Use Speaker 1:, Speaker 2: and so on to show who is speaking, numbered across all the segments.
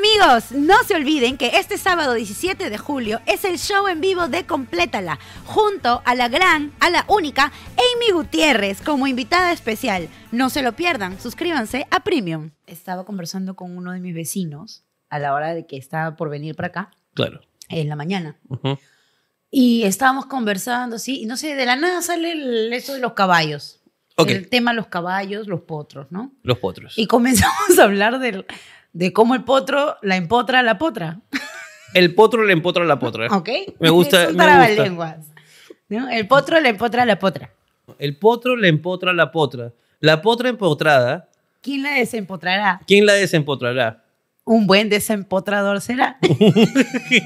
Speaker 1: Amigos, no se olviden que este sábado 17 de julio es el show en vivo de Complétala, junto a la gran, a la única Amy Gutiérrez como invitada especial. No se lo pierdan, suscríbanse a Premium.
Speaker 2: Estaba conversando con uno de mis vecinos a la hora de que estaba por venir para acá,
Speaker 3: Claro.
Speaker 2: en la mañana.
Speaker 3: Ujú.
Speaker 2: Y estábamos conversando, sí, y no sé, de la nada sale el- eso de los caballos.
Speaker 3: Ok.
Speaker 2: El tema de los caballos, los potros, ¿no?
Speaker 3: Los potros.
Speaker 2: Y comenzamos a hablar del- de cómo el potro la empotra a la potra.
Speaker 3: El potro le empotra a la potra.
Speaker 2: ¿Ok?
Speaker 3: Me gusta,
Speaker 2: Son
Speaker 3: me gusta.
Speaker 2: trabalenguas, ¿no? El potro la empotra a la potra.
Speaker 3: El potro le empotra a la potra. La potra empotrada,
Speaker 2: ¿Quién la desempotrará?
Speaker 3: ¿quién la desempotrará?
Speaker 2: Un buen desempotrador será.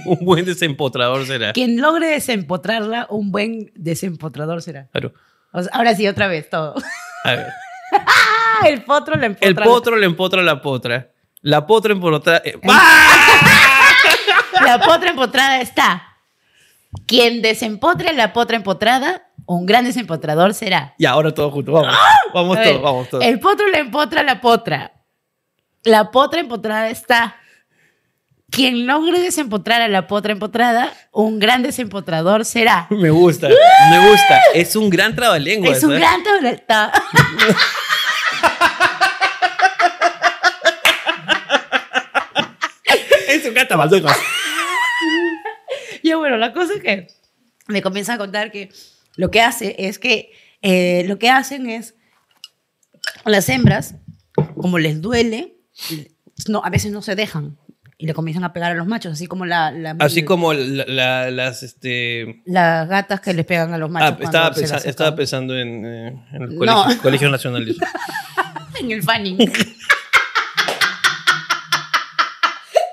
Speaker 3: Un buen desempotrador será.
Speaker 2: Quien logre desempotrarla, un buen desempotrador será.
Speaker 3: Claro.
Speaker 2: O sea, ahora sí, otra vez, todo.
Speaker 3: A ver.
Speaker 2: ¡Ah! El potro la empotra.
Speaker 3: El
Speaker 2: a la-
Speaker 3: potro le empotra a la potra. La potra empotra... eh, ¡Ah!
Speaker 2: La potra empotrada está. Quien desempotre a la potra empotrada, un gran desempotrador será.
Speaker 3: Y ahora todos juntos. Vamos. Vamos
Speaker 2: ¡Ah! A
Speaker 3: todos,
Speaker 2: ver,
Speaker 3: vamos todos.
Speaker 2: El potro le empotra a la potra. La potra empotrada está. Quien logre desempotrar a la potra empotrada, un gran desempotrador será.
Speaker 3: Me gusta. Me gusta. Es un gran trabalenguas.
Speaker 2: ¡Ah! Es un
Speaker 3: ¿eh?
Speaker 2: gran tabla- ta-
Speaker 3: Es un gran trabalenguas.
Speaker 2: Ya bueno, la cosa es que me comienza a contar que lo que hace es que eh, lo que hacen es las hembras, como les duele, no, a veces no se dejan y le comienzan a pegar a los machos, así como la, la-
Speaker 3: Así como la- la- las... Este...
Speaker 2: las gatas que les pegan a los machos.
Speaker 3: Ah, estaba,
Speaker 2: cuando se
Speaker 3: pensa-
Speaker 2: las
Speaker 3: estaba
Speaker 2: sacan.
Speaker 3: pensando en, eh, en el
Speaker 2: No.
Speaker 3: colegio, colegio nacional.
Speaker 2: en el fanning.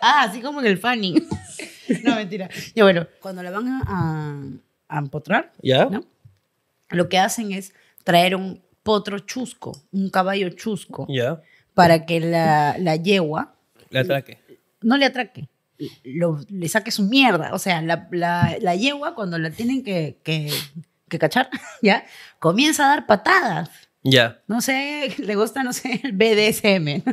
Speaker 2: ah, así como en el fanning. no, mentira. Ya bueno, cuando la van a- a, a empotrar,
Speaker 3: ¿Ya?
Speaker 2: ¿no? Lo que hacen es traer un potro chusco, un caballo chusco,
Speaker 3: Ya.
Speaker 2: para que la, la yegua
Speaker 3: Le atraque.
Speaker 2: no le atraque, lo- le saque su mierda. O sea, la, la- la yegua cuando la tienen que, que- que cachar, ¿ya? Comienza a dar patadas.
Speaker 3: Ya.
Speaker 2: No sé, le gusta, no sé, el BDSM.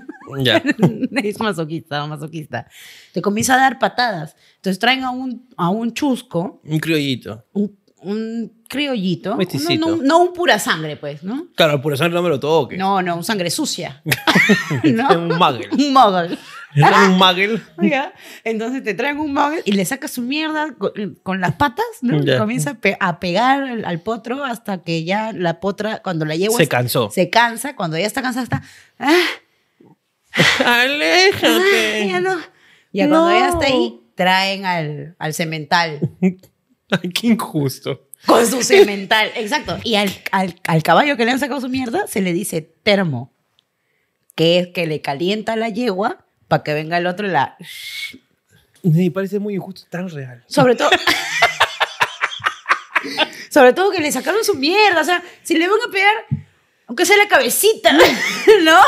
Speaker 3: Ya.
Speaker 2: es masoquista, masoquista. Te comienza a dar patadas. Entonces traen a un, a un chusco,
Speaker 3: Un criollito.
Speaker 2: un, un criollito.
Speaker 3: Mesticito.
Speaker 2: No, no- no un pura sangre, pues, ¿no?
Speaker 3: Claro, por eso no me lo toque.
Speaker 2: No, no, un sangre sucia.
Speaker 3: Es
Speaker 2: ¿no?
Speaker 3: un muggle.
Speaker 2: Un mogul.
Speaker 3: Es un muggle.
Speaker 2: Ya. Entonces te traen un mogul y le sacas su mierda con, con las patas, ¿no?
Speaker 3: Ya.
Speaker 2: Y comienza a, pe- a pegar al, al potro hasta que ya la potra, cuando la llevo,
Speaker 3: Se cansó.
Speaker 2: se cansa. Cuando ya está cansada, está. "Ah, ah, ya
Speaker 3: Aléjate.
Speaker 2: no. Ya
Speaker 3: No.
Speaker 2: cuando ya está ahí, traen al, al cemental.
Speaker 3: Ay, qué injusto.
Speaker 2: Con su cemental, exacto. Y al, al- al caballo que le han sacado su mierda se le dice termo, que es que le calienta la yegua para que venga el otro y la...
Speaker 3: Me parece muy injusto, tan real.
Speaker 2: Sobre todo... Sobre todo que le sacaron su mierda, o sea, si le van a pegar, aunque sea la cabecita, ¿no?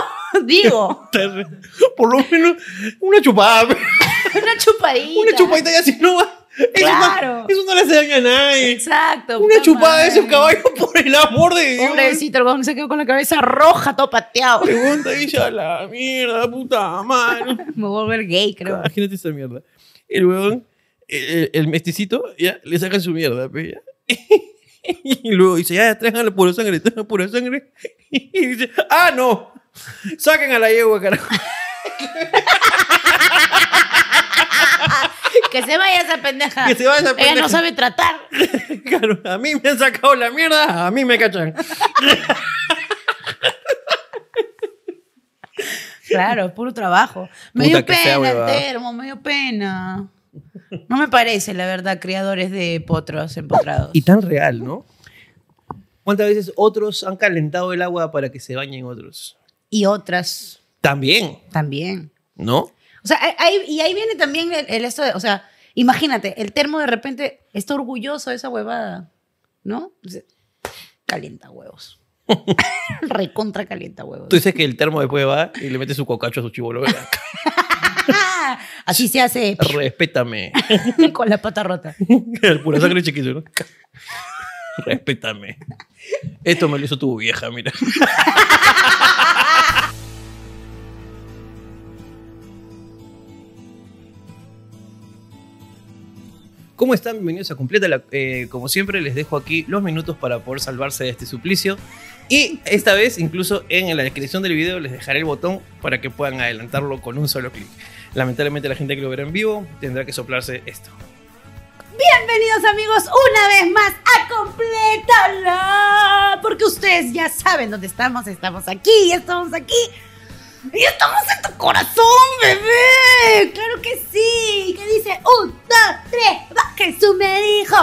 Speaker 2: Digo,
Speaker 3: Tan real. Por lo menos una chupada.
Speaker 2: una chupadita.
Speaker 3: Una chupadita y así no va. Eso,
Speaker 2: Claro.
Speaker 3: no, eso no le hace daño a nadie.
Speaker 2: Exacto.
Speaker 3: Una
Speaker 2: puta
Speaker 3: chupada de
Speaker 2: madre.
Speaker 3: esos caballos, por el amor de Dios.
Speaker 2: Pobrecito, el huevón se quedó con la cabeza roja, todo pateado.
Speaker 3: Pregunta ella a la mierda, puta madre.
Speaker 2: Me voy a volver gay, creo.
Speaker 3: Imagínate esa mierda. El huevón, el, el mesticito, ya, le sacan su mierda, pe, ya. Y luego dice, ya, traigan la pura sangre, traigan la pura sangre. Y dice, ah, no, saquen a la yegua, carajo.
Speaker 2: Que se vaya esa pendeja.
Speaker 3: Que se vaya esa
Speaker 2: Ella
Speaker 3: pendeja.
Speaker 2: no sabe tratar.
Speaker 3: Claro, a mí me han sacado la mierda, a mí me cachan.
Speaker 2: Claro, es puro trabajo. Me
Speaker 3: Puta
Speaker 2: dio
Speaker 3: que sea
Speaker 2: pena el
Speaker 3: huevada.
Speaker 2: termo, me dio pena. No me parece, la verdad, criadores de potros empotrados.
Speaker 3: Y tan real, ¿no? ¿Cuántas veces otros han calentado el agua para que se bañen otros?
Speaker 2: Y otras
Speaker 3: También,
Speaker 2: también.
Speaker 3: ¿no?
Speaker 2: O sea, hay- hay- y ahí viene también el, el esto de, o sea, imagínate, el termo de repente está orgulloso de esa huevada, ¿no? Dice, Calienta huevos. Recontra calienta huevos.
Speaker 3: Tú dices que el termo después va y le mete su cocacho a su chivolo. ¿verdad?
Speaker 2: ¡Ah! Así se hace
Speaker 3: Respétame.
Speaker 2: con la pata rota.
Speaker 3: El pura sangre chiquito, ¿no? Respétame. Esto me lo hizo tu vieja, mira. ¿Cómo están? Bienvenidos a Completa. la- eh, como siempre, les dejo aquí los minutos para poder salvarse de este suplicio. Y esta vez, incluso en la descripción del video, les dejaré el botón para que puedan adelantarlo con un solo clic. Lamentablemente, la gente que lo verá en vivo tendrá que soplarse esto.
Speaker 1: Bienvenidos amigos una vez más a Complétala. Porque ustedes ya saben dónde estamos. Estamos aquí, estamos aquí. Y estamos en tu corazón, bebé. Claro que sí. Que dice, un, dos, tres, va. Jesús me dijo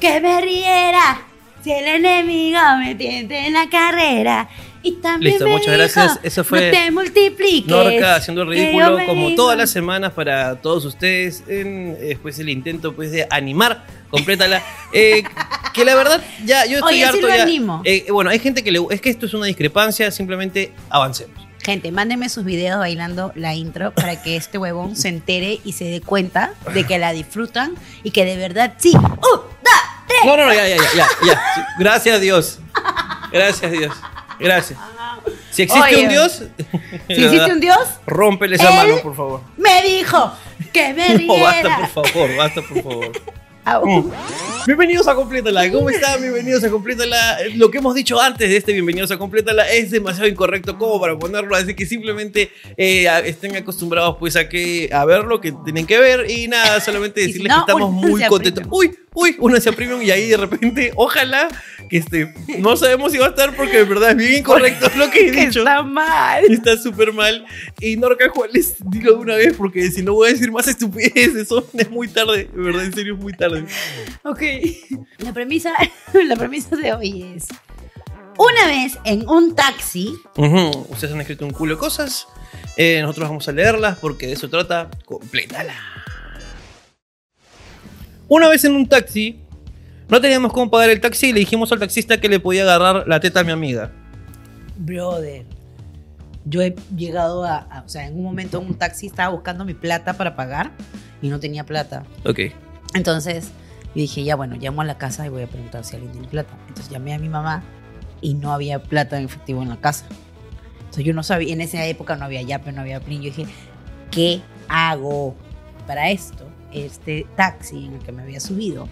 Speaker 1: que me riera. Si el enemigo me tiente en la carrera. Y también
Speaker 3: Listo,
Speaker 1: me
Speaker 3: muchas
Speaker 1: dijo,
Speaker 3: gracias. Eso fue
Speaker 1: No te multipliques.
Speaker 3: Norca haciendo el
Speaker 1: que yo
Speaker 3: ridículo
Speaker 1: me
Speaker 3: como
Speaker 1: dijo".
Speaker 3: todas las semanas para todos ustedes en eh, pues, el intento pues de animar complétala eh, que la verdad ya yo estoy
Speaker 1: Oye, sí
Speaker 3: harto
Speaker 1: lo
Speaker 3: ya.
Speaker 1: animo.
Speaker 3: Eh, bueno hay gente que le es que esto es una discrepancia simplemente avancemos
Speaker 2: Gente, mándenme sus videos bailando la intro para que este huevón se entere y se dé cuenta de que la disfrutan y que de verdad sí. uh,
Speaker 1: Un, dos,
Speaker 3: no no no ya ya ya ya, ya. Sí, gracias a Dios gracias a Dios gracias si existe
Speaker 2: Oye.
Speaker 3: un Dios
Speaker 2: Si hiciste un dios,
Speaker 3: rómpele esa
Speaker 1: Él-
Speaker 3: mano por favor
Speaker 1: me dijo que me riera.
Speaker 3: no basta por favor basta por favor
Speaker 2: au.
Speaker 3: Uh. Bienvenidos a Complétala. ¿Cómo están? Bienvenidos a Complétala. Eh, Lo que hemos dicho antes de este Bienvenidos a Complétala es demasiado incorrecto como para ponerlo, así que simplemente eh, a- estén acostumbrados pues a que a ver lo que tienen que ver y nada, solamente
Speaker 2: si
Speaker 3: decirles
Speaker 2: no,
Speaker 3: que estamos
Speaker 2: únanse
Speaker 3: muy
Speaker 2: a
Speaker 3: contentos. Uy, uy, una sea premium y ahí de repente, ojalá que este, no sabemos si va a estar porque de verdad es bien incorrecto lo que he
Speaker 2: Que
Speaker 3: dicho.
Speaker 2: está mal.
Speaker 3: Está súper mal. Y Norca Juárez, dilo de una vez porque si no voy a decir más estupideces, son- es muy tarde, de verdad, en serio es muy tarde.
Speaker 2: Ok. La premisa, la premisa de hoy es.
Speaker 1: Una vez en un taxi,
Speaker 3: Ujú, Ustedes han escrito un culo de cosas. eh, nosotros vamos a leerlas porque de eso trata. Complétala. Una vez en un taxi, no teníamos cómo pagar el taxi y le dijimos al taxista que le podía agarrar la teta a mi amiga.
Speaker 2: Brother, yo he llegado a, a- O sea, en un momento en un taxi estaba buscando mi plata para pagar y no tenía plata.
Speaker 3: Ok.
Speaker 2: Entonces yo dije, ya bueno, llamo a la casa y voy a preguntar si alguien tiene plata. Entonces llamé a mi mamá y no había plata en efectivo en la casa. Entonces yo no sabía, en esa época no había Yape, no había Plin. Yo dije, ¿qué hago? Para esto, este taxi en el que me había subido,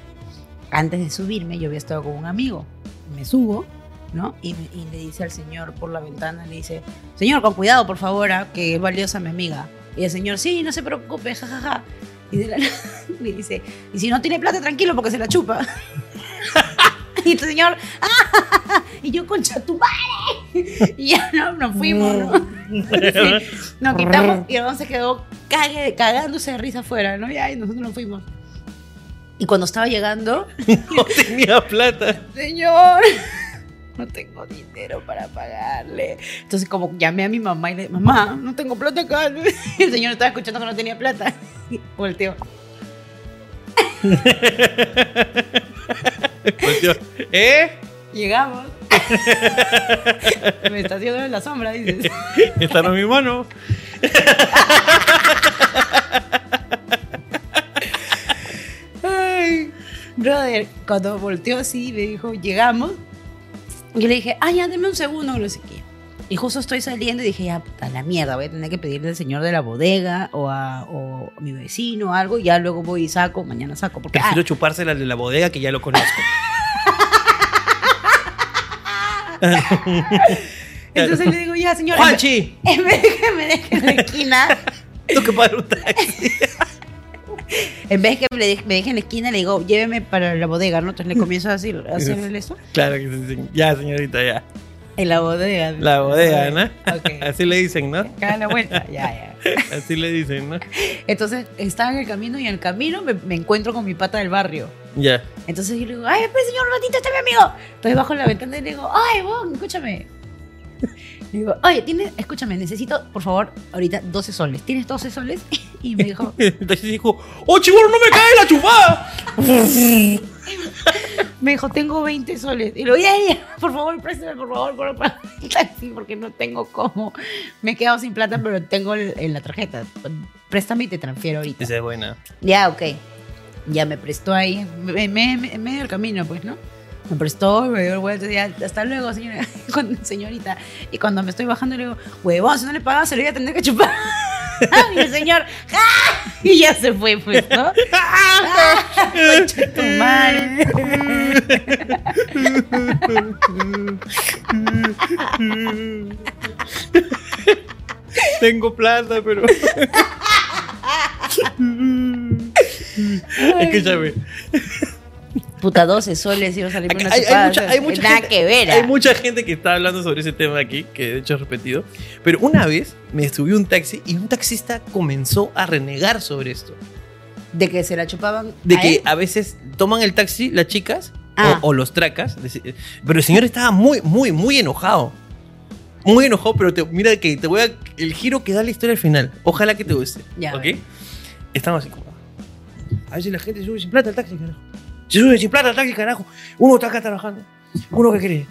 Speaker 2: antes de subirme yo había estado con un amigo. Me subo, ¿no? Y, me- y le dice al señor por la ventana, le dice, señor, con cuidado, por favor, ah, que es valiosa mi amiga. Y el señor, sí, no se preocupe, jajaja. Y de la nada le dice, y si no tiene plata, tranquilo, porque se la chupa. y el señor, "Ah", y yo, concha tu madre. Y ya no, nos fuimos, ¿no? Sí, nos quitamos y Ramón se quedó cague- cagándose de risa afuera, ¿no? Ya, y nosotros nos fuimos. Y cuando estaba llegando,
Speaker 3: No tenía plata.
Speaker 2: señor, no tengo dinero para pagarle. Entonces, como llamé a mi mamá y le dije, mamá, no tengo plata acá. Y el señor estaba escuchando que no tenía plata. Y volteó.
Speaker 3: Volteó. ¿Eh?
Speaker 2: Llegamos. Me está haciendo en la sombra, dices.
Speaker 3: Está en mi mano.
Speaker 2: Ay, brother, cuando volteó así, me dijo, llegamos. Yo le dije, ay, ya, deme un segundo, no sé qué. Y justo estoy saliendo y dije, ya, puta la mierda, voy a tener que pedirle al señor de la bodega o a, o a mi vecino o algo. Ya luego voy y saco, mañana saco. Porque, ah,
Speaker 3: Prefiero chupársela de la bodega que ya lo conozco.
Speaker 2: entonces le digo, ya, señor, en vez-
Speaker 3: ¡Juanchi!
Speaker 2: en vez de que me deje en la esquina,
Speaker 3: Tengo que pagar un taxi.
Speaker 2: en vez de que me de- me deje en la esquina, le digo, lléveme para la bodega, ¿no? Entonces le comienzo a decir, a hacerle eso.
Speaker 3: Claro que sí. sí. Ya, señorita, ya.
Speaker 2: En la bodega.
Speaker 3: La bodega, ¿no?
Speaker 2: Ok.
Speaker 3: Así le dicen, ¿no?
Speaker 2: Cada la vuelta, ya, ya.
Speaker 3: Así le dicen, ¿no?
Speaker 2: Entonces estaba en el camino y en el camino me, me encuentro con mi pata del barrio.
Speaker 3: Ya.
Speaker 2: Entonces yo le digo, ay, pues señor Ratito, este es mi amigo. Entonces bajo la ventana y le digo, ay, vos, escúchame. Le digo, oye, tienes, escúchame, necesito, por favor, ahorita 12 soles. ¿Tienes 12 soles? Y me dijo,
Speaker 3: El taxista dijo, ¡Oh, chivolo, no me cae la chupada!
Speaker 2: me dijo, tengo 20 soles. Y le digo, ya, ya, por favor, préstame, por favor, por favor, taxi, porque no tengo cómo. Me he quedado sin plata, pero tengo el- en la tarjeta. Préstame y te transfiero ahorita.
Speaker 3: Dice, buena.
Speaker 2: Ya, ok. Ya me prestó ahí, me- me- me- en medio del camino, pues, ¿no? Me prestó, me dio vuelta, ya, hasta luego, señora, cuando- señorita. Y cuando me estoy bajando, le digo, huevón, si no le pagaba, se lo iba a tener que chupar. y el señor, ¡ah! Y ya se fue, pues, ¿no? Concha de tu madre.
Speaker 3: Tengo plata, pero. Escúchame.
Speaker 2: Puta, 12 soles y no salir una
Speaker 3: Hay, hay
Speaker 2: chupada, o
Speaker 3: mucha,
Speaker 2: sea,
Speaker 3: hay mucha
Speaker 2: nada
Speaker 3: gente,
Speaker 2: que ver.
Speaker 3: hay
Speaker 2: ah.
Speaker 3: mucha gente que está hablando sobre ese tema aquí, que de hecho es repetido. Pero una vez me subí a un taxi y un taxista comenzó a renegar sobre esto.
Speaker 2: De que se la chupaban.
Speaker 3: De
Speaker 2: a
Speaker 3: que
Speaker 2: él.
Speaker 3: a veces toman el taxi las chicas o-
Speaker 2: Ah.
Speaker 3: o, los tracas. deci- Pero el señor estaba muy, muy, muy enojado. Muy enojado, pero te- mira que te voy a. El giro que da la historia al final. Ojalá que te guste.
Speaker 2: Ya, a
Speaker 3: ¿Ok?
Speaker 2: ver.
Speaker 3: Estamos así como. A veces la gente se sube sin plata al taxi, carajo. Se sube sin plata al taxi, carajo. Uno está acá trabajando. ¿Uno qué cree?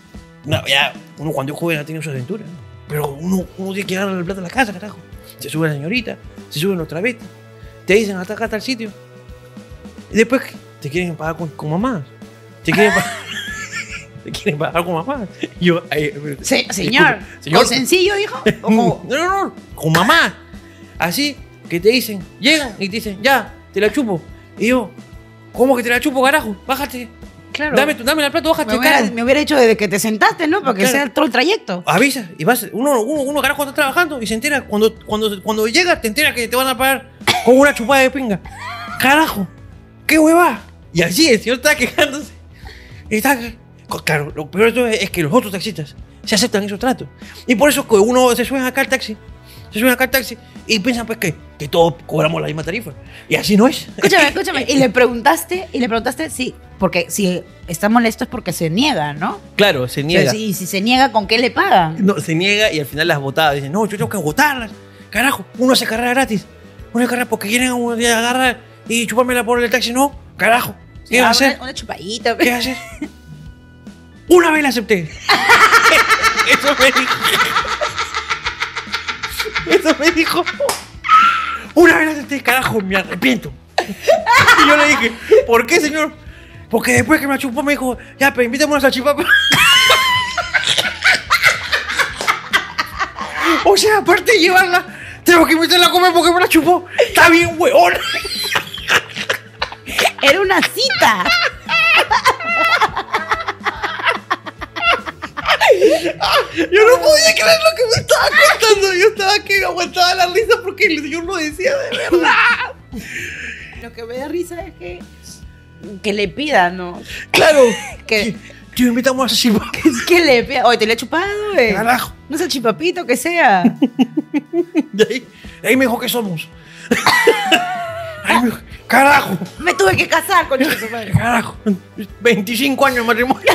Speaker 3: No, ya, uno cuando es joven ha tenido sus aventuras. ¿no? Pero uno, uno tiene que llegar la plata a la casa, carajo. Se sube la señorita, se sube otra vez. Te dicen hasta acá, tal sitio. Y después ¿qué? te quieren pagar con, con mamás. Te quieren pagar. te quieren pagar con mamás. Y Yo, ay, pero-
Speaker 2: Se- señor,
Speaker 3: Disculpe, señor. mm,
Speaker 2: ¿con sencillo dijo?
Speaker 3: no,
Speaker 2: ¿O cómo?
Speaker 3: no, no, con mamá. Así que te dicen, llegan y te dicen, ya, te la chupo. Y yo, ¿cómo que te la chupo, carajo? Bájate.
Speaker 2: Claro.
Speaker 3: Dame, tu- dame la plata, bájate.
Speaker 2: me, hubiera,
Speaker 3: carajo".
Speaker 2: me hubiera hecho desde que te sentaste, ¿no? Para que
Speaker 3: Claro.
Speaker 2: sea todo el trayecto.
Speaker 3: Avisa y vas. Uno, uno, uno, carajo, está trabajando y se entera. Cuando, cuando, cuando llega, te entera que te van a pagar con una chupada de pinga. Carajo, qué hueva. Y así el señor está quejándose. Y está. Claro, lo peor de todo es, es que los otros taxistas se aceptan esos tratos. Y por eso que uno se sube acá al taxi. Se sube acá al taxi y piensan pues que, que todos cobramos la misma tarifa. Y así no es.
Speaker 2: Escúchame, escúchame. Y le preguntaste, y le preguntaste si, porque si está molesto es porque se niega, ¿no?
Speaker 3: Claro, se
Speaker 2: Pero si- Y si se niega, ¿con qué le pagan?
Speaker 3: No, se niega y al final las botadas. Dicen, no, yo tengo que agotarlas. Carajo, uno hace carrera gratis. Una carrera porque quieren uno de agarrar y chupármela por el taxi. No, carajo. ¿Qué va
Speaker 2: Ah,
Speaker 3: a
Speaker 2: una-
Speaker 3: hacer?
Speaker 2: Una, chupadita.
Speaker 3: ¿Qué va a hacer? Una vez la acepté. Eso me dijo. Eso me dijo. Una vez la acepté, carajo, me arrepiento. Y yo le dije, ¿por qué, señor? Porque después que me la chupó me dijo, ya, pero invítame una salchipapa. O sea, aparte de llevarla, tengo que invitarla a comer porque me la chupó. Está bien, weón.
Speaker 2: Era una cita.
Speaker 3: Yo no podía creer lo que me estaba contando. Yo estaba que aguantaba la risa porque el señor lo decía de verdad.
Speaker 2: Lo que me da risa es que. Que le pida, ¿no?
Speaker 3: Claro.
Speaker 2: Que,
Speaker 3: Yo invitamos a Shiba.
Speaker 2: que le pida. Oye, te le he chupado, güey.
Speaker 3: Carajo.
Speaker 2: No sé, chipapito, que sea.
Speaker 3: De ahí, de ahí me dijo que somos. Ahí me dijo, carajo.
Speaker 2: Me tuve que casar con su madre.
Speaker 3: Carajo. 25 años de matrimonio.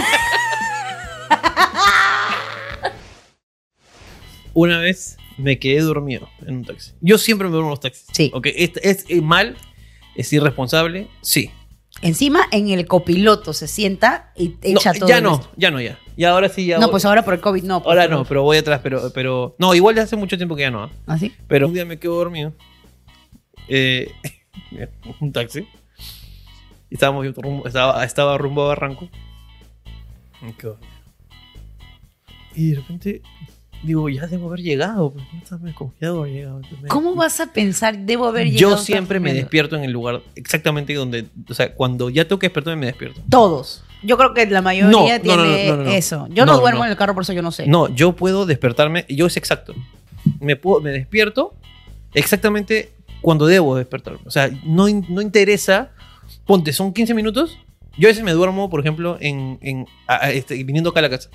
Speaker 3: Una vez me quedé dormido en un taxi. Yo siempre me duermo en los taxis.
Speaker 2: Sí.
Speaker 3: Ok, ¿Es, es, eh, mal? ¿Es irresponsable? Sí.
Speaker 2: Encima, en el copiloto se sienta y
Speaker 3: No,
Speaker 2: echa todo.
Speaker 3: ya
Speaker 2: el-
Speaker 3: no, ya no, ya. Y ahora sí, ya.
Speaker 2: No, pues ahora por el COVID no. por
Speaker 3: Ahora
Speaker 2: favor.
Speaker 3: no, pero voy atrás, pero, pero. No, igual ya hace mucho tiempo que ya no. ¿ah?
Speaker 2: ¿Así?
Speaker 3: Pero un día me quedo dormido. Eh, un taxi. Y estábamos yendo rumbo, estaba, estaba rumbo a Barranco. Me quedo dormido. Y de repente digo, ya debo haber llegado. Pues, no sabes cómo ya debo haber llegado. Entonces, me-
Speaker 2: ¿Cómo vas a pensar, debo haber llegado?
Speaker 3: Yo siempre me
Speaker 2: tan-
Speaker 3: despierto en el lugar exactamente donde. O sea, cuando ya tengo que despertarme, me despierto.
Speaker 2: Todos. Yo creo que la mayoría
Speaker 3: No, no, no,
Speaker 2: tiene
Speaker 3: no, no, no.
Speaker 2: eso. Yo no,
Speaker 3: No,
Speaker 2: duermo
Speaker 3: no.
Speaker 2: en el carro, por eso yo no sé.
Speaker 3: No, yo puedo despertarme, yo es exacto. Me, puedo- me despierto exactamente cuando debo despertarme. O sea, no, in- no interesa. Ponte, son 15 minutos. Yo a veces me duermo, por ejemplo, en, en- a- a- este, viniendo acá a la casa.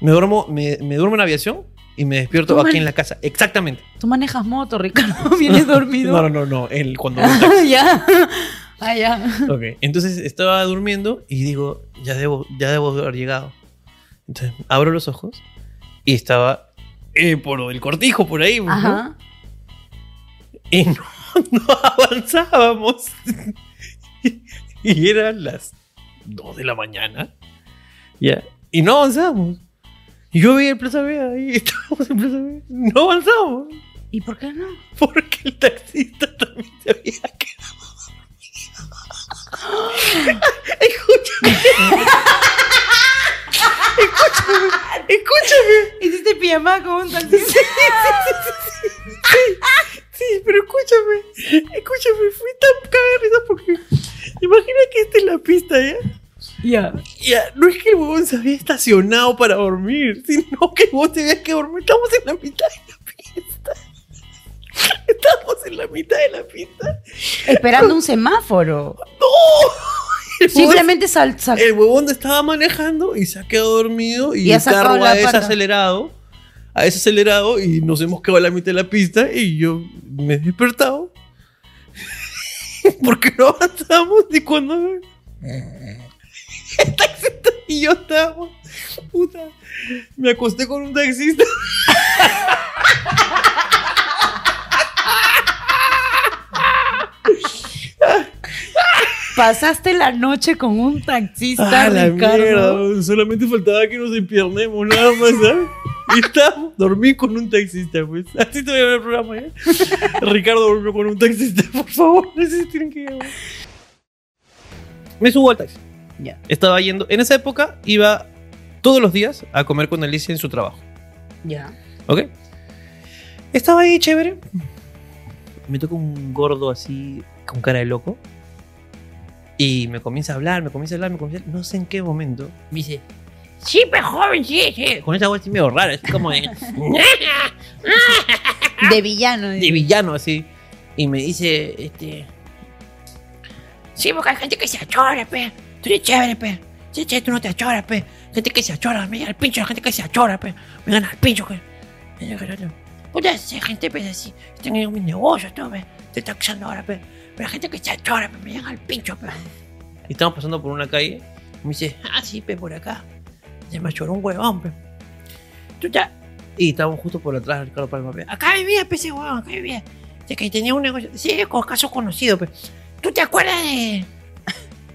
Speaker 3: Me duermo, me, me duermo en aviación y me despierto
Speaker 2: Tú
Speaker 3: aquí
Speaker 2: man-
Speaker 3: en la casa. Exactamente.
Speaker 2: Tú manejas moto, Ricardo. Vienes dormido.
Speaker 3: No, no, no, no. el- cuando
Speaker 2: Ah, ya. Ah, ya.
Speaker 3: Ok, entonces estaba durmiendo y digo, ya debo, ya debo haber llegado. Entonces abro los ojos y estaba eh, por el cortijo, por ahí. ¿no?
Speaker 2: Ajá.
Speaker 3: Y no, no avanzábamos. Y eran las 2 de la mañana. Ya. Y no avanzábamos. Y yo veía el Plaza Vea y estábamos en Plaza Vea. No avanzábamos.
Speaker 2: ¿Y por qué no?
Speaker 3: Porque el taxista también se había quedado. Escúchame. Escúchame. Escúchame.
Speaker 2: Hiciste pijamada con un taxista.
Speaker 3: Sí, pero escúchame, escúchame, fui tan cagada de risa porque Imagina que esta es la pista, ¿ya?
Speaker 4: Ya.
Speaker 3: Ya, no es que el huevón se había estacionado para dormir, sino que el huevón tenía que dormir. Estamos en la mitad de la pista. Estamos en la mitad de la pista.
Speaker 4: Esperando un semáforo.
Speaker 3: El huevón-
Speaker 4: Simplemente sal, sal-
Speaker 3: El huevón estaba manejando y se ha quedado dormido y,
Speaker 4: Y ha
Speaker 3: el
Speaker 4: sacado
Speaker 3: carro
Speaker 4: la
Speaker 3: ha
Speaker 4: pata.
Speaker 3: desacelerado. Ha desacelerado y nos hemos quedado a la mitad de la pista y yo me he despertado. Porque no avanzamos y cuando... El taxista y yo estábamos... Puta, me acosté con un taxista.
Speaker 4: pasaste la noche con un taxista,
Speaker 3: Ah, la
Speaker 4: Ricardo.
Speaker 3: mierda, weón. solamente faltaba que nos empiernemos, nada más, ¿sabes? Y estamos, dormí con un taxista, pues. Así te voy a ver el programa, ¿eh? Ricardo durmió con un taxista, por favor, no sé si tienen que ir, weón. Me subo al taxi.
Speaker 4: Ya.
Speaker 3: Estaba yendo, en esa época iba todos los días a comer con Alicia en su trabajo,
Speaker 4: Ya.
Speaker 3: ¿ok? Estaba ahí chévere. Me toca un gordo así, con cara de loco. Y me comienza a hablar, me comienza a hablar, me comienza a hablar. No sé en qué momento
Speaker 4: Me dice, sí, pues joven, sí, sí.
Speaker 3: con esa voz así medio rara, así como de,
Speaker 2: De villano.
Speaker 3: de villano así. Y me dice, este,
Speaker 4: Sí, porque hay gente que se achora, pe. Tú eres chévere, pe. Sí, che, tú no te achoras, pe. Gente que se achora, me gana al pincho, la gente que se achora, pe. Me gana al pincho, que. Puta, esa gente, pe, así. Están en mis negocios, todo, pe. Te están usando ahora, pe. Pero la gente que se achora, pe, me gana al pincho, pe.
Speaker 3: y estamos pasando por una calle.
Speaker 4: Me dice, ah, sí, pe, por acá. Se me achoró un huevón, pe. Tú te...
Speaker 3: Y estábamos justo por atrás de Ricardo Palma. pe.
Speaker 4: Acá vivía, pe, ese huevón, acá vivía. De que tenía un negocio. Sí, con casos conocidos, pe. ¿Tú te acuerdas de,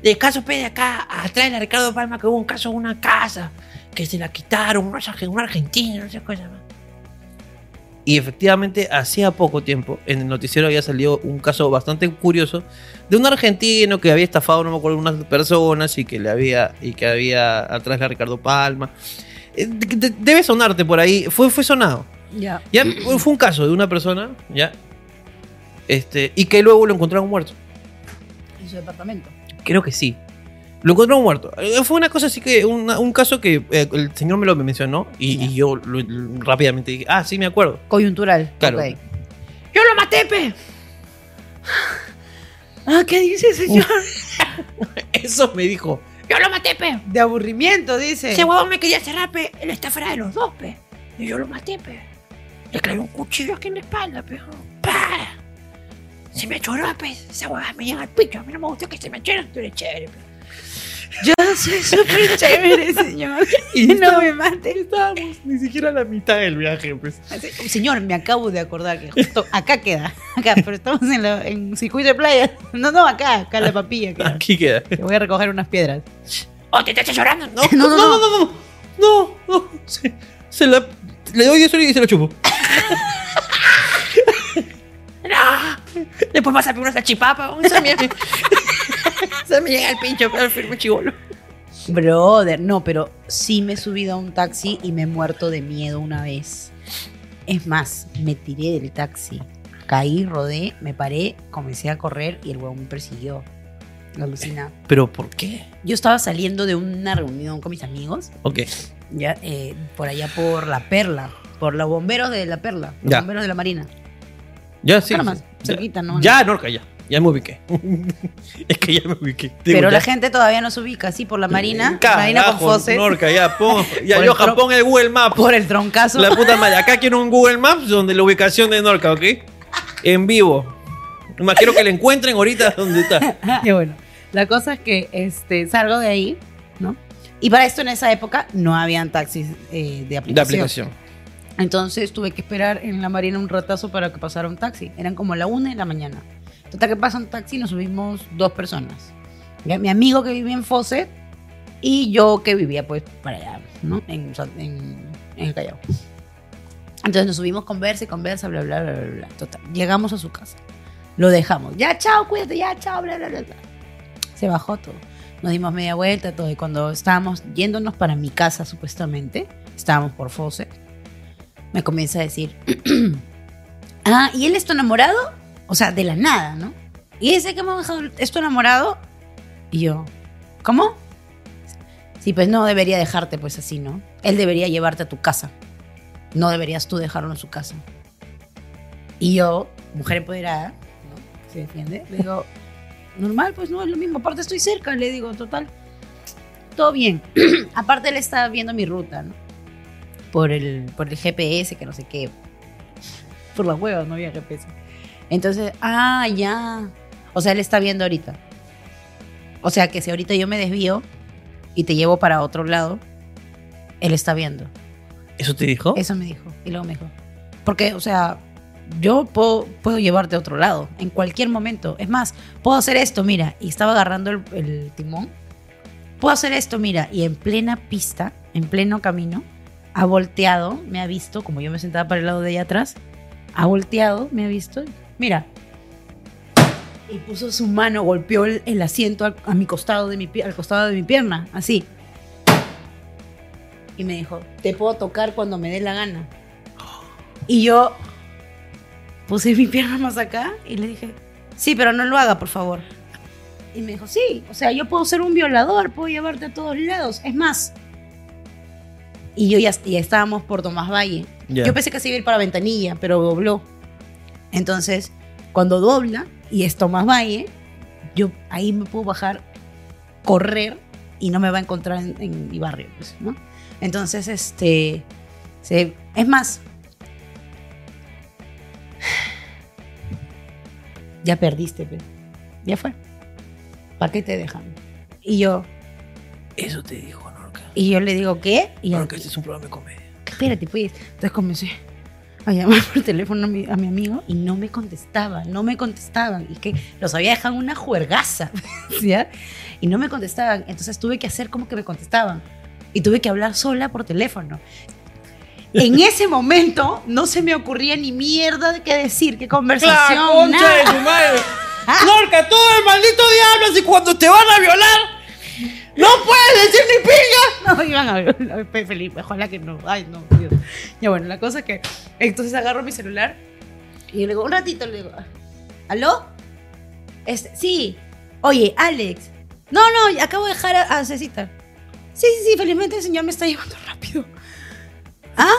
Speaker 4: de casos, pe, de acá, atrás de la Ricardo Palma, que hubo un caso de una casa que se la quitaron, unos arge- un argentino, no sé cosas más?
Speaker 3: Y efectivamente, hacía poco tiempo, en el noticiero había salido un caso bastante curioso de un argentino que había estafado, no me acuerdo, unas personas y que le había, y que había atrás de Ricardo Palma. Eh, de- de- Debe sonarte por ahí, fue, fue sonado.
Speaker 2: Ya.
Speaker 3: Ya fue un caso de una persona, ya, este, y que luego lo encontraron muerto.
Speaker 2: En su departamento.
Speaker 3: Creo que sí. Lo encontraron muerto. Eh, Fue una cosa así que, una- un caso que eh, el señor me lo mencionó y, y yo lo- lo- rápidamente dije, ah, sí, me acuerdo.
Speaker 2: Coyuntural.
Speaker 3: Claro.
Speaker 2: Ok.
Speaker 4: ¡Yo lo maté, pe! Ah, ¿qué dice, señor?
Speaker 3: Eso me dijo.
Speaker 4: ¡Yo lo maté, pe!
Speaker 2: De aburrimiento, dice.
Speaker 4: Ese huevón me quería cerrar, pe. Él está fuera de los dos, pe. Y yo lo maté, pe. Le clavé un cuchillo aquí en la espalda, pe. ¡Pah! Se me choró, pe. Esa huevada me llega al picho. A mí no me gusta que se me choren. Tú eres chévere, pe.
Speaker 2: Yo soy súper chévere, señor.
Speaker 3: Y
Speaker 2: no
Speaker 3: estábamos,
Speaker 2: me mate.
Speaker 3: ni siquiera a la mitad del viaje, pues.
Speaker 2: Señor, me acabo de acordar que justo acá queda. Acá, pero estamos en, la- en circuito de playa. No, no, acá, acá en la papilla. queda.
Speaker 3: Aquí queda.
Speaker 2: Te voy a recoger unas piedras.
Speaker 4: ¡Oh, te estás llorando! No.
Speaker 2: No, no,
Speaker 3: no, no, no. No, no. Se, se la, le doy eso y se lo chupo.
Speaker 4: ¡No! Después vas a pedir una salchipapa. Esa me, esa me llega al pincho, pero al firme chivolo.
Speaker 2: Brother, no, pero sí me he subido a un taxi y me he muerto de miedo una vez. Es más, me tiré del taxi. Caí, rodé, me paré, comencé a correr y el huevón me persiguió. Alucina.
Speaker 3: ¿Pero por qué?
Speaker 2: Yo estaba saliendo de una reunión con mis amigos
Speaker 3: Ok.
Speaker 2: ya eh, por allá por la Perla, por los bomberos de la Perla, los
Speaker 3: Ya.
Speaker 2: bomberos de la Marina.
Speaker 3: Ya, sí.
Speaker 2: Nada más,
Speaker 3: sí.
Speaker 2: cerquita, ¿no?
Speaker 3: Ya, Norca, ya. Ya me ubiqué. es que ya me ubiqué. Digo,
Speaker 2: Pero
Speaker 3: ya.
Speaker 2: la gente todavía no se ubica así por la Marina,
Speaker 3: Carajo,
Speaker 2: Marina con Foses,
Speaker 3: Norca, ya, pon, ya
Speaker 2: Por el
Speaker 3: Johan,
Speaker 2: tro-
Speaker 3: pon el Google Maps.
Speaker 2: por el troncazo.
Speaker 3: La puta madre. Acá quiero un Google Maps donde la ubicación de Norca, ¿ok? En vivo. Más quiero que la encuentren ahorita donde está.
Speaker 2: Y bueno, la cosa es que este, salgo de ahí, ¿no? Y para esto en esa época no habían taxis eh, de, aplicación.
Speaker 3: La aplicación.
Speaker 2: Entonces tuve que esperar en la marina un ratazo para que pasara un taxi. Eran como la una de la mañana. Total que pasa un taxi y nos subimos dos personas. Ya, Mi amigo que vivía en Fawcett y yo que vivía pues para allá, ¿no? En, Sa- en, en el Callao. Entonces nos subimos, conversa y conversa, bla, bla, bla, bla, bla. Total, llegamos a su casa. Lo dejamos. Ya, chao, cuídate, ya, chao, bla, bla, bla. bla. Se bajó todo. Nos dimos media vuelta, todo. Y cuando estábamos yéndonos para mi casa, supuestamente, estábamos por Fawcett, me comienza a decir, ah, ¿y él es tu enamorado? O sea, de la nada, ¿no? Y ese que me ha dejado es tu enamorado Y yo, ¿cómo? Sí, pues no debería dejarte pues así, ¿no? Él debería llevarte a tu casa. No deberías tú dejarlo en su casa. Y yo, mujer empoderada, ¿no? Que se defiende, le digo, normal, pues no, es lo mismo. Aparte estoy cerca, le digo, total, todo bien. Aparte él está viendo mi ruta, ¿no? Por el, por el GPS, que no sé qué. Por las huevas no había GPS. Entonces, ah, ya. O sea, él está viendo ahorita. O sea, que si ahorita yo me desvío y te llevo para otro lado, él está viendo.
Speaker 3: ¿Eso te dijo?
Speaker 2: Eso me dijo. Y luego me dijo. Porque, o sea, yo puedo, puedo llevarte a otro lado en cualquier momento. Es más, puedo hacer esto, mira. Y estaba agarrando el, el timón. Puedo hacer esto, mira. Y en plena pista, en pleno camino, ha volteado, me ha visto, como yo me sentaba para el lado de allá atrás, ha volteado, me ha visto. Mira. Y puso su mano, golpeó el, el asiento al- a mi costado de mi, pie- al costado de mi pierna, así. Y me dijo, te puedo tocar cuando me dé la gana. Y yo puse mi pierna más acá y le dije, sí, pero no lo haga, por favor. Y me dijo, sí, o sea, yo puedo ser un violador, puedo llevarte a todos lados. Es más, y yo ya, ya estábamos por Tomás Valle.
Speaker 3: Ya.
Speaker 2: Yo pensé que se iba a ir para Ventanilla, pero dobló. Entonces, cuando dobla y es Tomás Valle, yo ahí me puedo bajar, correr y no me va a encontrar en, en mi barrio, pues, ¿no? Entonces, este, se- es más, ya perdiste, pe. ya fue. ¿Para qué te dejan? Y yo,
Speaker 3: Eso te dijo, Norca.
Speaker 2: y yo le digo, ¿qué? Y ya,
Speaker 3: Norca, este es un programa de comedia.
Speaker 2: espérate, pues. Entonces comencé a llamar por teléfono a mi, a mi amigo y no me contestaba, no me contestaban. Y que los había dejado una juergaza, ¿ya? Y no me contestaban. Entonces tuve que hacer como que me contestaban. Y tuve que hablar sola por teléfono. En ese momento no se me ocurría ni mierda de qué decir, qué conversación. nada. Ah.
Speaker 3: tu madre! Norca, tú el maldito diablo, y cuando te van a violar, no puedes decir ni pinga.
Speaker 2: No, iban a ver, a ver, Felipe, ojalá que no. Ay, no, Dios. Ya bueno, la cosa es que entonces agarro mi celular y le digo, un ratito, le digo, ¿aló? Este, sí, oye, Alex. No, no, acabo de dejar a, a Cecita. Sí, sí, sí, felizmente el señor me está llevando rápido. ¿Ah?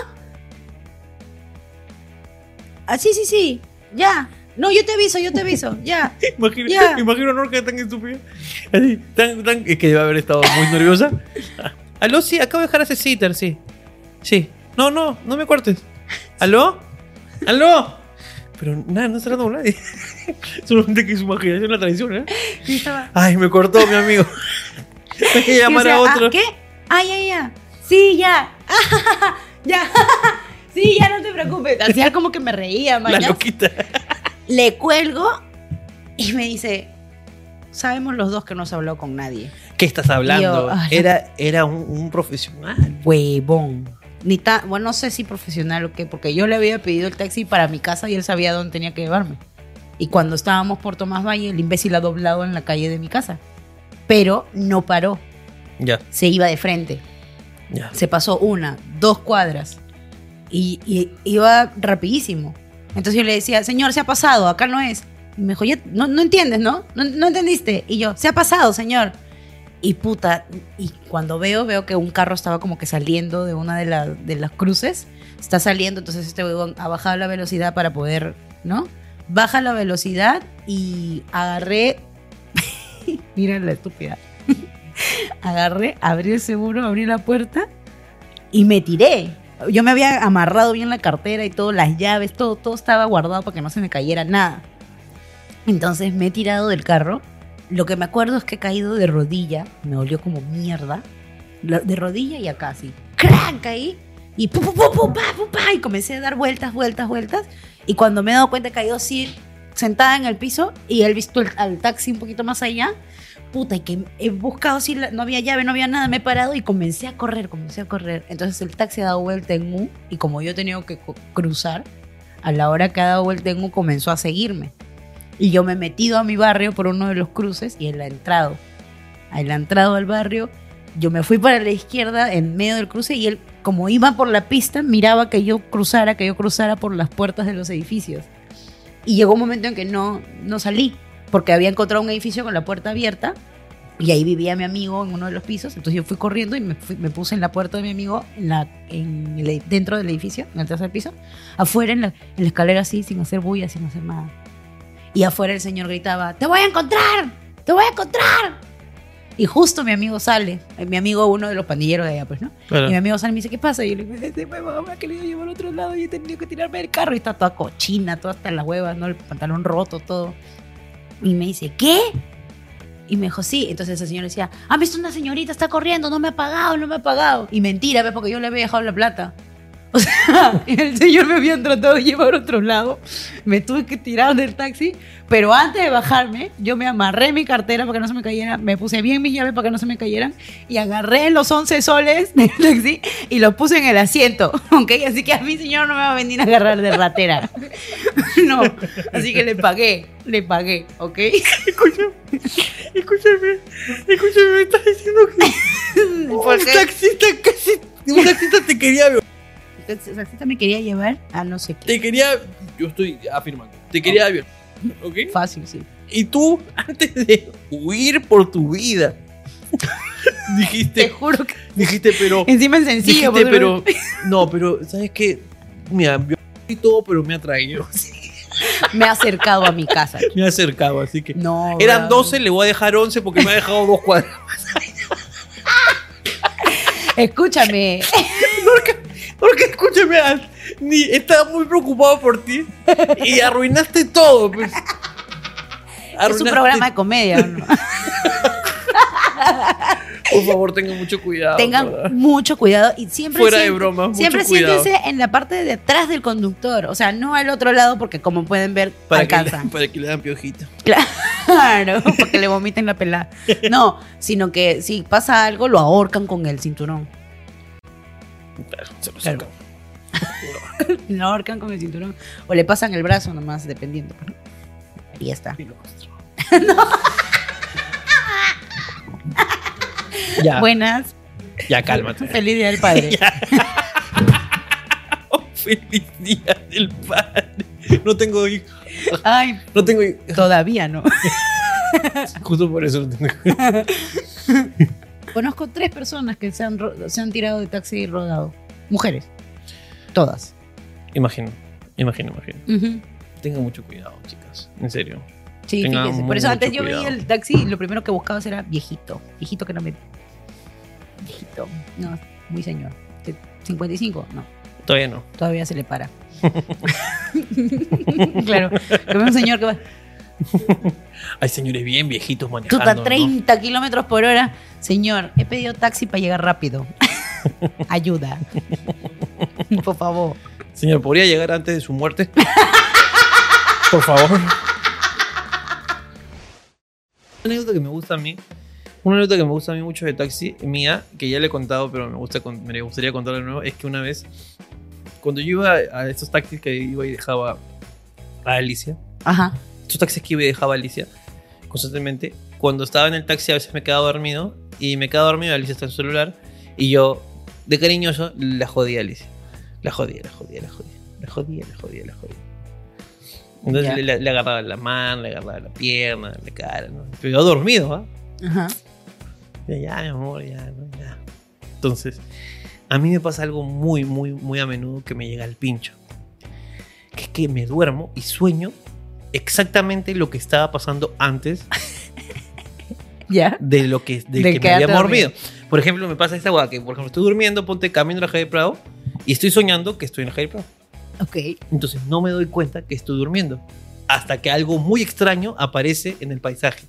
Speaker 2: Ah, sí, sí, sí, ya. No, yo te aviso, yo te aviso, ya.
Speaker 3: Imagino,
Speaker 2: Ya.
Speaker 3: imagino a Norca tan estúpida. Así, tan, tan, es que debe haber estado muy nerviosa. Ah, Aló, sí, acabo de dejar a ese sitter, sí. Sí. No, no, no me cortes. ¿Aló? ¿Aló? Pero nada, no está hablando con nadie. Solamente que su imaginación la traiciona. ¿eh?
Speaker 2: Y estaba-
Speaker 3: Ay, me cortó mi amigo. Hay que llamar
Speaker 2: Y,
Speaker 3: a
Speaker 2: o sea, ah,
Speaker 3: otro.
Speaker 2: ¿Qué? Ah, ya, ya. Sí, ya. ya. sí, ya no te preocupes. Hacía como que me reía,
Speaker 3: La
Speaker 2: mañana.
Speaker 3: loquita.
Speaker 2: Le cuelgo y me dice, sabemos los dos que no se habló con nadie.
Speaker 3: ¿Qué estás hablando?
Speaker 2: Yo, ah,
Speaker 3: era era un, un profesional.
Speaker 2: Huevón. Ni ta- bueno, no sé si profesional o qué, porque yo le había pedido el taxi para mi casa y él sabía dónde tenía que llevarme. Y cuando estábamos por Tomás Valle, el imbécil ha doblado en la calle de mi casa. Pero no paró,
Speaker 3: Ya,
Speaker 2: se iba de frente.
Speaker 3: ya.
Speaker 2: se pasó una, dos cuadras y, y iba rapidísimo. Entonces yo le decía, señor, se ha pasado, acá no es. Y me dijo, ya, no, no entiendes, ¿no? ¿no? no entendiste. Y yo, se ha pasado, señor. Y puta, y cuando veo, veo que un carro estaba como que saliendo de una de, la- de las cruces. Está saliendo, entonces este huevón ha bajado la velocidad para poder, ¿no? Baja la velocidad y agarré... Mira la estúpida. agarré, abrí el seguro, abrí la puerta y me tiré. Yo me había amarrado bien la cartera y todo, las llaves, todo, todo estaba guardado para que no se me cayera nada. Entonces me he tirado del carro. Lo que me acuerdo es que he caído de rodilla, me olió como mierda. La- De rodilla y acá así. ¡Crack! Caí. Y pu, pu, pu, pu, pa, pu, pa, y comencé a dar vueltas, vueltas, vueltas. Y cuando me he dado cuenta he caído así, sentada en el piso, y he visto el- al taxi un poquito más allá. Puta, y que he buscado si la- no había llave, no había nada, me he parado y comencé a correr, comencé a correr. Entonces el taxi ha dado vuelta en U y como yo he tenido que cu- cruzar, a la hora que ha dado vuelta en U comenzó a seguirme. Y yo me he metido a mi barrio por uno de los cruces y él ha entrado. Él ha entrado al barrio, yo me fui para la izquierda en medio del cruce y él, como iba por la pista, miraba que yo cruzara, que yo cruzara por las puertas de los edificios. Y llegó un momento en que no, no salí, porque había encontrado un edificio con la puerta abierta Y ahí vivía mi amigo en uno de los pisos. Entonces yo fui corriendo y me, fui- me puse en la puerta de mi amigo en la, en el edi- dentro del edificio, en el tercer piso. Afuera, en la, en la escalera así, sin hacer bulla, sin hacer nada. Y afuera el señor gritaba, ¡Te voy a encontrar! ¡Te voy a encontrar! Y justo mi amigo sale. eh, Mi amigo, uno de los pandilleros de allá, pues, ¿no?
Speaker 3: Claro.
Speaker 2: Y mi amigo sale y me dice, ¿qué pasa? Y yo le digo, este huevón me ha querido llevar a otro lado y he tenido que tirarme del carro. Y está toda cochina, toda hasta las huevas, ¿no? El pantalón roto, todo. Y me dice, ¿qué? Y me dijo, sí. Entonces esa señora decía, ¿han visto una señorita? Está corriendo, no me ha pagado, no me ha pagado. Y mentira, ¿ves? Porque yo le había dejado la plata. O sea, el señor me había tratado de llevar a otro lado. Me tuve que tirar del taxi. Pero antes de bajarme, yo me amarré mi cartera para que no se me cayera. Me puse bien mis llaves para que no se me cayeran. Y agarré los 11 soles del taxi y los puse en el asiento. ¿Ok? Así que a mí, señor, no me va a venir a agarrar de ratera. No. Así que le pagué. Le pagué. ¿Ok?
Speaker 3: Escúchame, escúchame, escúchame, me estás diciendo que
Speaker 2: ¿Por
Speaker 3: un
Speaker 2: qué?
Speaker 3: taxista casi, un taxista te quería,
Speaker 2: Entonces, el taxista me quería llevar a no sé qué.
Speaker 3: te quería, yo estoy afirmando, te quería violar, ¿ok?
Speaker 2: Fácil, sí.
Speaker 3: Y tú, antes de huir por tu vida,
Speaker 2: Te
Speaker 3: dijiste,
Speaker 2: juro que.
Speaker 3: dijiste, pero,
Speaker 2: Encima es sencillo.
Speaker 3: Oh. dijiste,
Speaker 2: porque-
Speaker 3: pero, no, pero, ¿sabes qué? Me ha violado y todo, pero me ha traído,
Speaker 2: Me ha acercado a mi casa.
Speaker 3: me ha acercado, así que...
Speaker 2: No.
Speaker 3: Eran
Speaker 2: brother.
Speaker 3: 12, le voy a dejar 11 porque me ha dejado dos cuadras.
Speaker 2: Escúchame.
Speaker 3: Porque escúchame, Al, ni, estaba muy preocupado por ti y arruinaste todo. Pues.
Speaker 2: Es un
Speaker 3: Arruinaste-
Speaker 2: programa de comedia. ¿o no?
Speaker 3: Por favor, tengan mucho cuidado.
Speaker 2: Tengan
Speaker 3: ¿verdad?
Speaker 2: mucho cuidado y siempre
Speaker 3: Ah, Fuera de
Speaker 2: siénten-
Speaker 3: broma, mucho
Speaker 2: siempre
Speaker 3: cuidado.
Speaker 2: siéntense en la parte de atrás del conductor, o sea, no al otro lado porque como pueden ver
Speaker 3: Para que, le,
Speaker 2: alcanzan.
Speaker 3: para que le dan piojita.
Speaker 2: Claro, porque le vomiten la pelada. No, sino que si pasa algo lo ahorcan con el cinturón.
Speaker 3: Se lo
Speaker 2: Claro.
Speaker 3: sacan.
Speaker 2: Lo ahorcan con el cinturón o le pasan el brazo nomás dependiendo. ¿no? Y ya está.
Speaker 3: Y lo muestro. ya,
Speaker 2: Buenas.
Speaker 3: ya cálmate.
Speaker 2: Feliz día del padre.
Speaker 3: Oh, Feliz día del padre. No tengo hijo.
Speaker 2: Ay,
Speaker 3: No tengo hijo.
Speaker 2: todavía no.
Speaker 3: Justo por eso no tengo hijo.
Speaker 2: Conozco tres personas que se han, ro- se han tirado de taxi y rodado. Mujeres. Todas.
Speaker 3: Imagino, imagino, imagino. Tengan mucho cuidado, chicas. En serio.
Speaker 2: Sí,
Speaker 3: Tengan
Speaker 2: fíjese. Por eso
Speaker 3: mucho
Speaker 2: antes yo
Speaker 3: cuidado.
Speaker 2: veía el taxi y lo primero que buscaba era viejito. Viejito que no me. Viejito. No, muy señor. De 55, no.
Speaker 3: Todavía no.
Speaker 2: Todavía se le para. claro. Que ve un señor que va
Speaker 3: Hay señores bien viejitos manejando.
Speaker 2: tuta
Speaker 3: Ah, ¿no?
Speaker 2: 30 kilómetros por hora. Señor, he pedido taxi para llegar rápido. Ayuda. por favor.
Speaker 3: Señor, ¿podría llegar antes de su muerte? Por favor. Una anécdota que me gusta a mí. Una anécdota que me gusta a mí mucho de taxi, mía, que ya le he contado, pero me, gusta, con- me gustaría contarla de nuevo, es que una vez, cuando yo iba a estos taxis que iba y dejaba a Alicia,
Speaker 2: Ajá.
Speaker 3: estos taxis que iba y dejaba a Alicia constantemente. Cuando estaba en el taxi a veces me quedaba dormido y me quedaba dormido, Alicia está en su celular y yo, de cariñoso, la jodía a Alicia. La jodía, la jodía, la jodía, la jodía, la jodía, la jodía. Entonces
Speaker 2: Ya.
Speaker 3: le, le agarraba la mano, le agarraba la pierna, la cara, ¿no? pero yo dormido, ¿ah?
Speaker 2: Ajá.
Speaker 3: Ya, ya, mi amor, ya, ¿no? ya. Entonces, a mí me pasa algo muy, muy, muy a menudo que me llega al pincho. Que es que me duermo y sueño exactamente lo que estaba pasando antes
Speaker 2: ¿Ya?
Speaker 3: de lo que, de que
Speaker 2: Del
Speaker 3: me
Speaker 2: quedarte
Speaker 3: había dormido. Por ejemplo, me pasa esta guada que, por ejemplo, estoy durmiendo, ponte camino a la Javier Prado y estoy soñando que estoy en la Javier Prado.
Speaker 2: Ok.
Speaker 3: Entonces, no me doy cuenta que estoy durmiendo hasta que algo muy extraño aparece en el paisaje.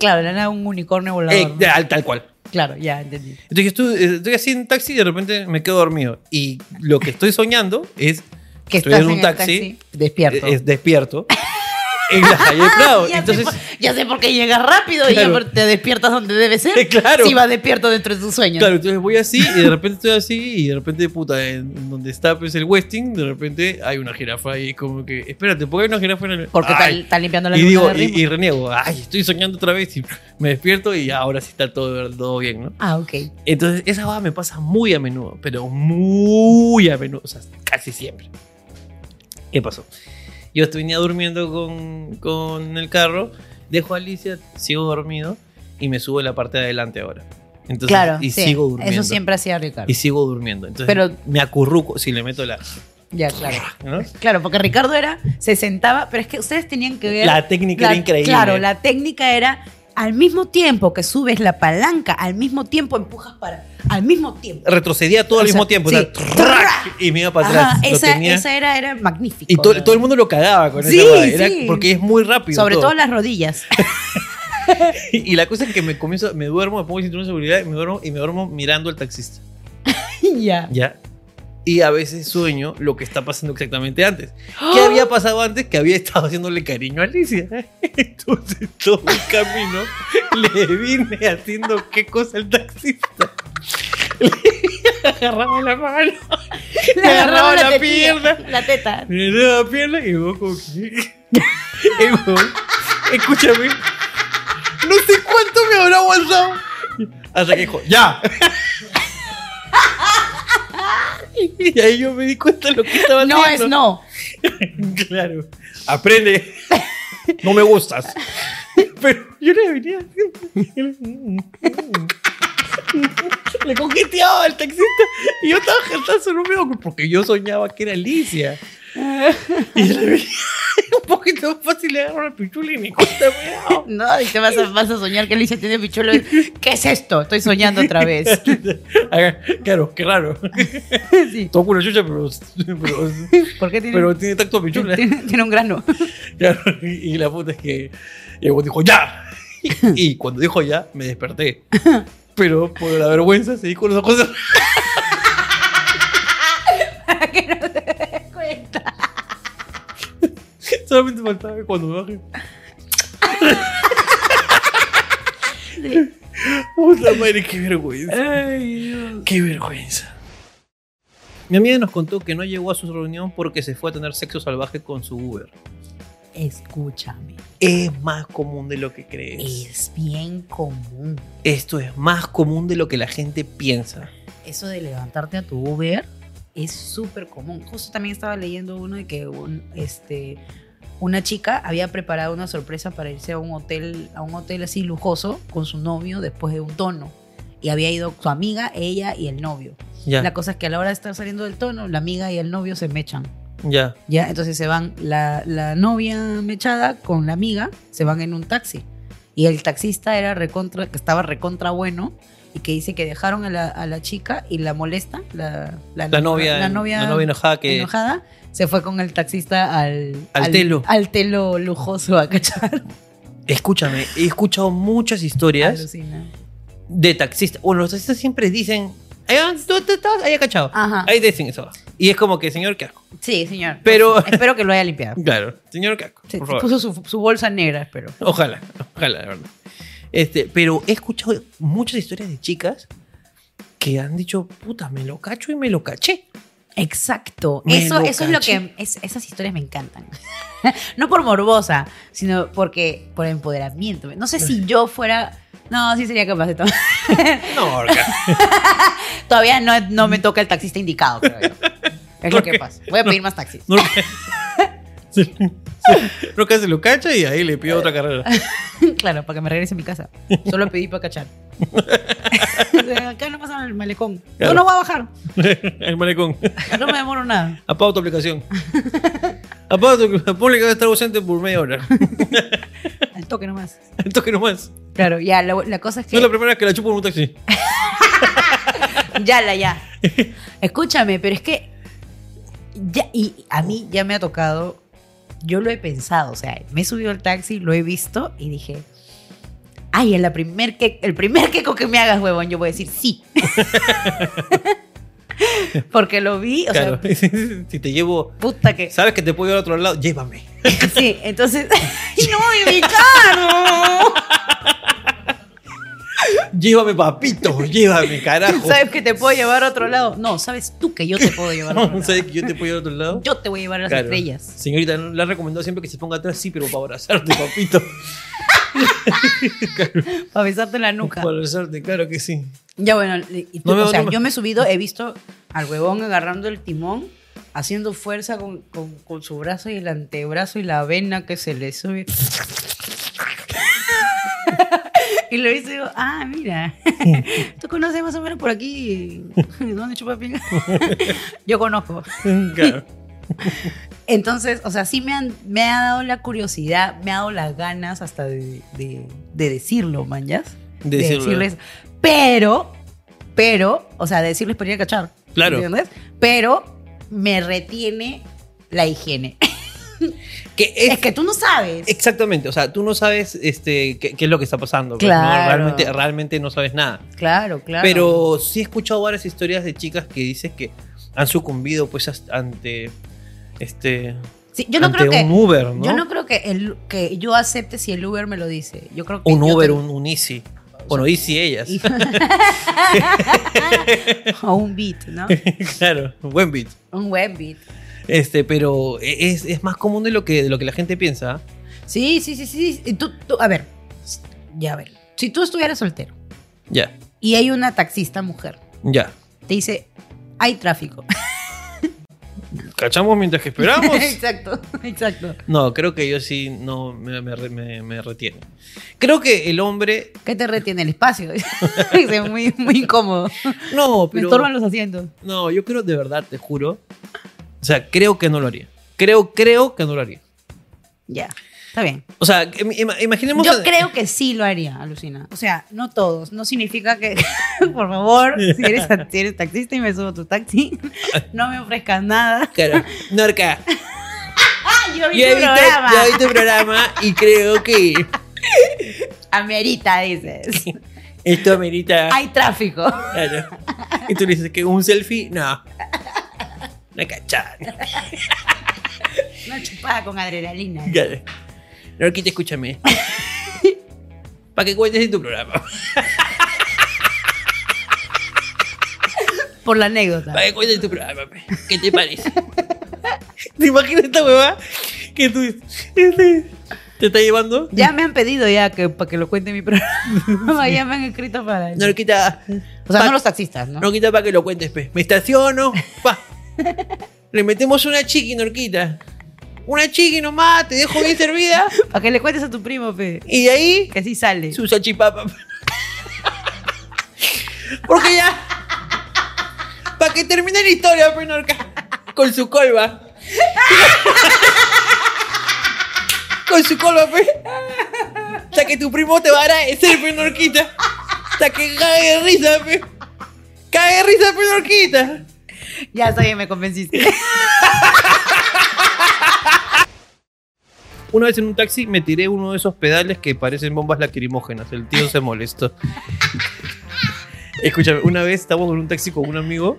Speaker 2: claro, era nada un unicornio
Speaker 3: Eh,
Speaker 2: volador. ¿no?
Speaker 3: tal- tal cual.
Speaker 2: Claro, ya entendí.
Speaker 3: Entonces yo estoy, eh, estoy así en taxi y de repente me quedo dormido. Y lo que estoy soñando es,
Speaker 2: Que
Speaker 3: Estoy en
Speaker 2: estás en
Speaker 3: un
Speaker 2: el
Speaker 3: taxi, eh,
Speaker 2: taxi. Despierto.
Speaker 3: es despierto en la calle de Prado.
Speaker 2: ya,
Speaker 3: Entonces,
Speaker 2: sé por, ya sé por qué llegas rápido y ya
Speaker 3: Claro.
Speaker 2: por- te despiertas donde debe ser.
Speaker 3: eh, claro.
Speaker 2: Si vas despierto dentro de tus sueños.
Speaker 3: claro, entonces voy así y de repente estoy así y de repente, puta, en donde está pues, el Westing, de repente hay una jirafa y es como que, espérate, ¿por qué hay una jirafa en el...?
Speaker 2: Porque está-
Speaker 3: Ay,
Speaker 2: está limpiando la
Speaker 3: y
Speaker 2: luna
Speaker 3: digo,
Speaker 2: de
Speaker 3: y,
Speaker 2: ritmo.
Speaker 3: y reniego, ay, estoy soñando otra vez y me despierto y ahora sí está todo, todo bien, ¿no?
Speaker 2: Ah, ok.
Speaker 3: Entonces, esa va me pasa muy a menudo, pero muy a menudo, o sea, casi siempre. ¿Qué pasó? Yo venía durmiendo con, con el carro, dejo a Alicia, sigo dormido, y y me subo en la parte de adelante ahora. Entonces,
Speaker 2: claro,
Speaker 3: y
Speaker 2: sí,
Speaker 3: sigo durmiendo.
Speaker 2: Eso siempre hacía Ricardo.
Speaker 3: Y sigo durmiendo. Entonces
Speaker 2: Pero-
Speaker 3: me acurruco si le meto la.
Speaker 2: Ya, claro.
Speaker 3: ¿no?
Speaker 2: Claro, porque Ricardo era, se sentaba, pero es que ustedes tenían que ver.
Speaker 3: La técnica era increíble.
Speaker 2: Claro, la técnica era al mismo tiempo que subes la palanca, al mismo tiempo empujas para. Al mismo tiempo.
Speaker 3: Retrocedía todo
Speaker 2: O
Speaker 3: al
Speaker 2: sea,
Speaker 3: mismo tiempo. o sea,
Speaker 2: sí.
Speaker 3: ¡trac! y me iba para
Speaker 2: Ajá,
Speaker 3: atrás. Lo
Speaker 2: esa,
Speaker 3: tenía-
Speaker 2: esa era, era magnífico.
Speaker 3: y to-
Speaker 2: ¿no?
Speaker 3: todo el mundo lo cagaba con
Speaker 2: Sí,
Speaker 3: esa madre. Era-
Speaker 2: sí.
Speaker 3: Porque es muy rápido.
Speaker 2: Sobre todo las rodillas.
Speaker 3: Y la cosa es que me comienzo, me duermo, me pongo el cinturón de seguridad y me duermo, y me duermo mirando al taxista.
Speaker 2: ya.
Speaker 3: ¿Ya? Y a veces sueño lo que está pasando exactamente antes. ¿Qué había pasado antes? Que había estado haciéndole cariño a Alicia. Entonces todo el camino le vine haciendo qué cosa al taxista. Le agarraba la mano, le agarraba la,
Speaker 2: tetilla,
Speaker 3: pierna,
Speaker 2: La teta.
Speaker 3: le agarraba la pierna y luego como que... El huevón, escúchame, no sé cuánto me habrá aguantado. Hasta que dijo, ya. Y ahí yo me di cuenta de lo que estaba
Speaker 2: No es
Speaker 3: haciendo.
Speaker 2: no.
Speaker 3: Claro. Aprende. No me gustas. Pero yo le venía haciendo. Le coqueteaba al taxista y yo estaba jaltazo, no me acuerdo, porque yo soñaba que era Alicia. Y yo le venía un poquito fácil, le agarro la pichula y ni cuenta me daba.
Speaker 2: No, y te vas a, vas a soñar que Alicia tiene pichuelo. ¿Qué es esto? Estoy soñando otra vez.
Speaker 3: Ajá, Claro, qué raro.
Speaker 2: Sí.
Speaker 3: Toco una chucha, pero, pero,
Speaker 2: ¿Por qué tiene,
Speaker 3: pero tiene tacto a pichula.
Speaker 2: tiene, tiene un grano?
Speaker 3: Claro, y, y la puta es que y el huevón dijo ya. Y, cuando dijo ya, me desperté. Pero por la vergüenza se dijo las cosas. Solamente faltaba que cuando me baje. Puta madre, qué vergüenza. Qué vergüenza. Mi amiga nos contó que no llegó a su reunión porque se fue a tener sexo salvaje con su Uber.
Speaker 2: Escúchame.
Speaker 3: Es más común de lo que crees.
Speaker 2: Es bien común.
Speaker 3: Esto es más común de lo que la gente piensa.
Speaker 2: Eso de levantarte a tu Uber es súper común. Justo también estaba leyendo uno de que un, este, una chica había preparado una sorpresa para irse a un hotel, a un hotel así lujoso con su novio después de un tono. Y había ido su amiga, ella y el novio.
Speaker 3: Ya,
Speaker 2: La cosa es que a la hora de estar saliendo del tono, la amiga y el novio se mechan.
Speaker 3: ya.
Speaker 2: Ya, entonces se van la, la novia mechada con la amiga, se van en un taxi. Y el taxista era recontra, que estaba recontra bueno y que dice que dejaron a la, a la chica y la molesta, la,
Speaker 3: La novia,
Speaker 2: la novia,
Speaker 3: enojada que
Speaker 2: enojada, se fue con el taxista al,
Speaker 3: Al telo.
Speaker 2: al telo lujoso a cachar.
Speaker 3: Escúchame, he escuchado muchas
Speaker 2: Ah,
Speaker 3: historias
Speaker 2: Alucina.
Speaker 3: de taxistas. Bueno, los taxistas siempre dicen, "Ahí van, tú tú estabas ahí cachado."
Speaker 2: Ajá.
Speaker 3: Ahí dicen eso. Y es como que, "Señor, qué asco."
Speaker 2: Sí, señor.
Speaker 3: Pero-
Speaker 2: Espero que lo haya limpiado.
Speaker 3: Claro, "Señor, qué asco."
Speaker 2: Se,
Speaker 3: por
Speaker 2: se
Speaker 3: favor.
Speaker 2: puso su, su bolsa negra, espero.
Speaker 3: Ojalá, ojalá, de verdad. Este, pero he escuchado muchas historias de chicas que han dicho, "Puta, me lo cacho y me lo caché."
Speaker 2: Exacto.
Speaker 3: Me
Speaker 2: eso
Speaker 3: lo
Speaker 2: eso es lo
Speaker 3: caché.
Speaker 2: que. es- esas historias me encantan. no por morbosa, sino porque. por empoderamiento. No sé si yo fuera. No, sí sería capaz de tomar.
Speaker 3: No, orca.
Speaker 2: Todavía no, no me toca el taxista indicado, creo yo. Es lo que pasa. Voy a pedir más taxis.
Speaker 3: No, se, se- Roca se lo cacha y ahí le pido otra carrera.
Speaker 2: claro, para que me regrese a mi casa. Solo pedí para cachar. Acá no pasa el malecón.
Speaker 3: Claro.
Speaker 2: Yo no voy a bajar.
Speaker 3: El malecón.
Speaker 2: No me demoro nada.
Speaker 3: Apaga tu aplicación. Apaga tu Ponle que va a estar ausente por media hora.
Speaker 2: Al toque nomás.
Speaker 3: El toque nomás.
Speaker 2: Claro, ya, la, la cosa es que.
Speaker 3: No es la primera vez que la chupo en un taxi.
Speaker 2: Ya, la, ya. Escúchame, pero es que. Ya, y a mí ya me ha tocado. Yo lo he pensado, o sea, me he subido al taxi, lo he visto y dije. Ay, en la primer que, el primer queco que me hagas, huevón, yo voy a decir sí. Porque lo vi, o
Speaker 3: Claro.
Speaker 2: sea,
Speaker 3: Si te llevo.
Speaker 2: puta que.
Speaker 3: Sabes que te puedo llevar a otro lado, llévame.
Speaker 2: Sí, entonces. ¡Ay, no, y mi carro!
Speaker 3: Llévame, papito. Llévame, carajo.
Speaker 2: ¿Sabes que te puedo llevar a otro lado? No, sabes tú que yo te puedo llevar a otro lado.
Speaker 3: ¿Sabes que yo te puedo llevar a otro lado?
Speaker 2: Yo te voy a llevar a las
Speaker 3: Claro.
Speaker 2: estrellas.
Speaker 3: Señorita, ¿no le ha recomendado siempre que se ponga atrás, sí, pero para abrazarte, papito.
Speaker 2: Para besarte en la nuca.
Speaker 3: Para abrazarte, claro que sí.
Speaker 2: Ya bueno, y tú-
Speaker 3: No me-
Speaker 2: o sea,
Speaker 3: no me-
Speaker 2: yo me he subido, he visto al huevón agarrando el timón, haciendo fuerza con, con- con su brazo y el antebrazo y la vena que se le sube. Y lo hice y digo, ah, mira, tú conoces más o menos por aquí dónde chupa pinga. Yo conozco.
Speaker 3: Claro.
Speaker 2: Entonces, o sea, sí me, han- me ha dado la curiosidad, me ha dado las ganas hasta de, de- de decirlo, manjas.
Speaker 3: De decirlo.
Speaker 2: decirles. Pero, pero, o sea, de decirles para ir a cachar.
Speaker 3: Claro.
Speaker 2: ¿Entiendes? Pero me retiene la higiene.
Speaker 3: Que es-
Speaker 2: Es que tú no sabes.
Speaker 3: Exactamente, o sea, tú no sabes este, qué, qué es lo que está pasando. pues, ¿no?
Speaker 2: Claro.
Speaker 3: Realmente, realmente no sabes nada.
Speaker 2: Claro, claro.
Speaker 3: Pero sí he escuchado varias historias de chicas que dicen que han sucumbido pues as- ante este
Speaker 2: Sí, yo no
Speaker 3: ante
Speaker 2: creo que.
Speaker 3: un Uber, ¿no?
Speaker 2: Yo no creo que, el, que yo acepte si el Uber me lo dice. Yo creo que
Speaker 3: un
Speaker 2: yo
Speaker 3: Uber,
Speaker 2: te-
Speaker 3: un, un Easy. Bueno, Easy ellas.
Speaker 2: o un beat, ¿no?
Speaker 3: claro, buen beat.
Speaker 2: Un web beat.
Speaker 3: Este, pero es, es más común de lo que de lo que la gente piensa. ¿ah?
Speaker 2: Sí, sí, sí, sí. Y tú, tú- a ver, ya a ver. Si tú estuvieras soltero
Speaker 3: Ya,
Speaker 2: y hay una taxista mujer,
Speaker 3: ya.
Speaker 2: te dice, hay tráfico.
Speaker 3: Cachamos mientras que esperamos.
Speaker 2: exacto, exacto.
Speaker 3: No, creo que yo sí no me, me, re- me- me retiene. Creo que el hombre.
Speaker 2: ¿Qué te retiene el espacio? es muy, muy incómodo.
Speaker 3: No,
Speaker 2: Me
Speaker 3: pero.
Speaker 2: estorban los asientos.
Speaker 3: No, yo creo de verdad, te juro. O sea, creo que no lo haría. Creo, creo que no lo haría.
Speaker 2: Ya, está bien.
Speaker 3: O sea, im- ima- imaginemos.
Speaker 2: Yo creo que sí lo haría, alucina. O sea, no todos. No significa que, por favor, si eres, si eres taxista y me subo a tu taxi, no me ofrezcas nada.
Speaker 3: Claro. Norca,
Speaker 2: ¡Ah, yo vi
Speaker 3: yo he,
Speaker 2: tu
Speaker 3: visto,
Speaker 2: programa!
Speaker 3: yo he visto tu programa y creo que
Speaker 2: Amerita, dices.
Speaker 3: esto amerita.
Speaker 2: Hay tráfico.
Speaker 3: Claro. Y tú le dices que un selfie, no. Una cachada.
Speaker 2: Una chupada con adrenalina.
Speaker 3: Claro. Norquita, escúchame. Para que cuentes en tu programa.
Speaker 2: Por la anécdota.
Speaker 3: Para que cuentes en tu programa. pe. ¿Qué te parece? ¿Te imaginas esta huevada que tú este, te está llevando?
Speaker 2: Ya me han pedido ya que para que lo cuente mi programa. ya me han escrito para eso.
Speaker 3: Norquita,
Speaker 2: O sea,
Speaker 3: pa-
Speaker 2: no los taxistas, ¿no?
Speaker 3: Norquita, para que lo cuentes, pe. Me estaciono, pa. Le metemos una chiqui, Norquita. Una chiqui nomás, te dejo bien servida.
Speaker 2: Para que le cuentes a tu primo, pe.
Speaker 3: Y de ahí,
Speaker 2: Que sí sale.
Speaker 3: su salchipapa. Porque ya. Para que termine la historia, Penorca. Con su colva. Con su colva, pues. Hasta que tu primo te va a agradecer, pues, Penorquita. Hasta que cague de risa, pe. Cague de risa, pues, Penorquita.
Speaker 2: Ya está bien, me convenciste.
Speaker 3: Una vez en un taxi me tiré uno de esos pedales que parecen bombas lacrimógenas. El tío se molestó. Escúchame, una vez estábamos en un taxi con un amigo.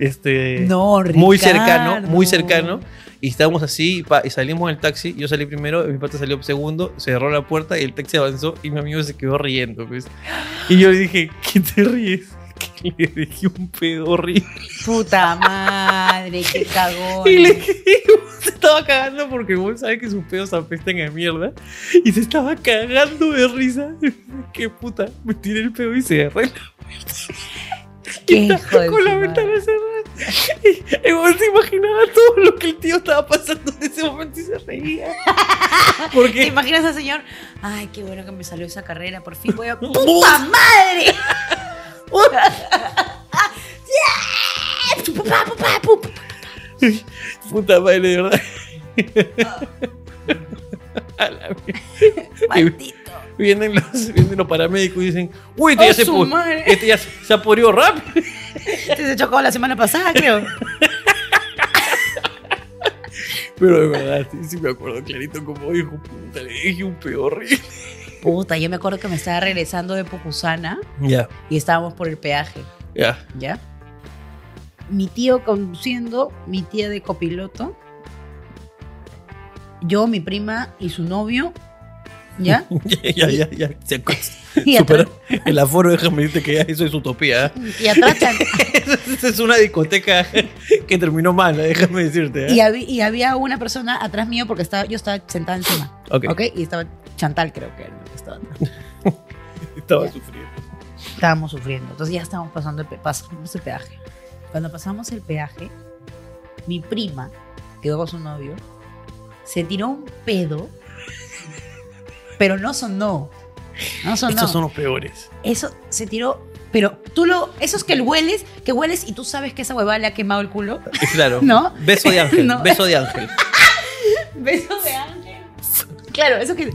Speaker 3: Este.
Speaker 2: No,
Speaker 3: Muy cercano, muy
Speaker 2: Ricardo.
Speaker 3: cercano. Y estábamos así y, pa- y salimos del taxi. Yo salí primero, mi pata salió segundo, cerró la puerta y el taxi avanzó y mi amigo se quedó riendo. pues. Y yo le dije, ¿qué te ríes? Que le dejé un pedo horrible.
Speaker 2: Puta madre, qué cagón.
Speaker 3: Y le se estaba cagando porque vos sabes que sus pedos apestan a mierda. Y se estaba cagando de risa. Qué puta, me tiré el pedo y cerré la
Speaker 2: Qué
Speaker 3: Y
Speaker 2: hijo de
Speaker 3: con
Speaker 2: su
Speaker 3: la
Speaker 2: madre.
Speaker 3: ventana cerrada. Y, y vos se imaginaba todo lo que el tío estaba pasando en ese momento y se reía.
Speaker 2: ¿Te
Speaker 3: Porque
Speaker 2: imaginas al señor? Ay, qué bueno que me salió esa carrera, por fin voy a. ¡Puta madre!
Speaker 3: puta madre, de verdad. A la mierda.
Speaker 2: Maldito.
Speaker 3: vienen los, vienen los paramédicos y dicen, uy, este
Speaker 2: Oh,
Speaker 3: ya se
Speaker 2: su
Speaker 3: pu-
Speaker 2: madre.
Speaker 3: este ya se, se apurió rápido.
Speaker 2: Este se chocó la semana pasada, creo.
Speaker 3: Pero de verdad, sí, sí me acuerdo clarito como dijo, puta, le dije un peor horrible.
Speaker 2: Puta, yo me acuerdo que me estaba regresando de Pucusana
Speaker 3: Ya,
Speaker 2: y estábamos por el peaje,
Speaker 3: ya,
Speaker 2: ¿ya? Mi tío conduciendo, mi tía de copiloto, yo, mi prima y su novio, ¿ya?
Speaker 3: ya, ya, ya, Se acuesta.
Speaker 2: Y atrás,
Speaker 3: Supera el aforo, déjame decirte que ya eso es utopía. ¿eh?
Speaker 2: y atrás chan-
Speaker 3: Eso es- eso es una discoteca que terminó mal, ¿eh? déjame decirte. ¿eh?
Speaker 2: Y, habí- y había una persona atrás mío porque estaba, yo estaba sentada encima.
Speaker 3: Ok.
Speaker 2: ¿ok? Y estaba Chantal, creo que era la que estaba atrás.
Speaker 3: Estaba sufriendo.
Speaker 2: Estábamos sufriendo. Entonces ya estábamos pasando el, pe- pasamos el peaje. Cuando pasamos el peaje, mi prima, que iba con su novio, se tiró un pedo, pero no sonó. No son,
Speaker 3: Estos
Speaker 2: no.
Speaker 3: son los peores.
Speaker 2: Eso se tiró, pero tú lo. Esos que hueles, que hueles y tú sabes que esa huevada le ha quemado el culo.
Speaker 3: Y Claro.
Speaker 2: ¿No?
Speaker 3: Beso de ángel.
Speaker 2: No.
Speaker 3: Beso de ángel.
Speaker 2: Beso de ángel. Claro, eso que.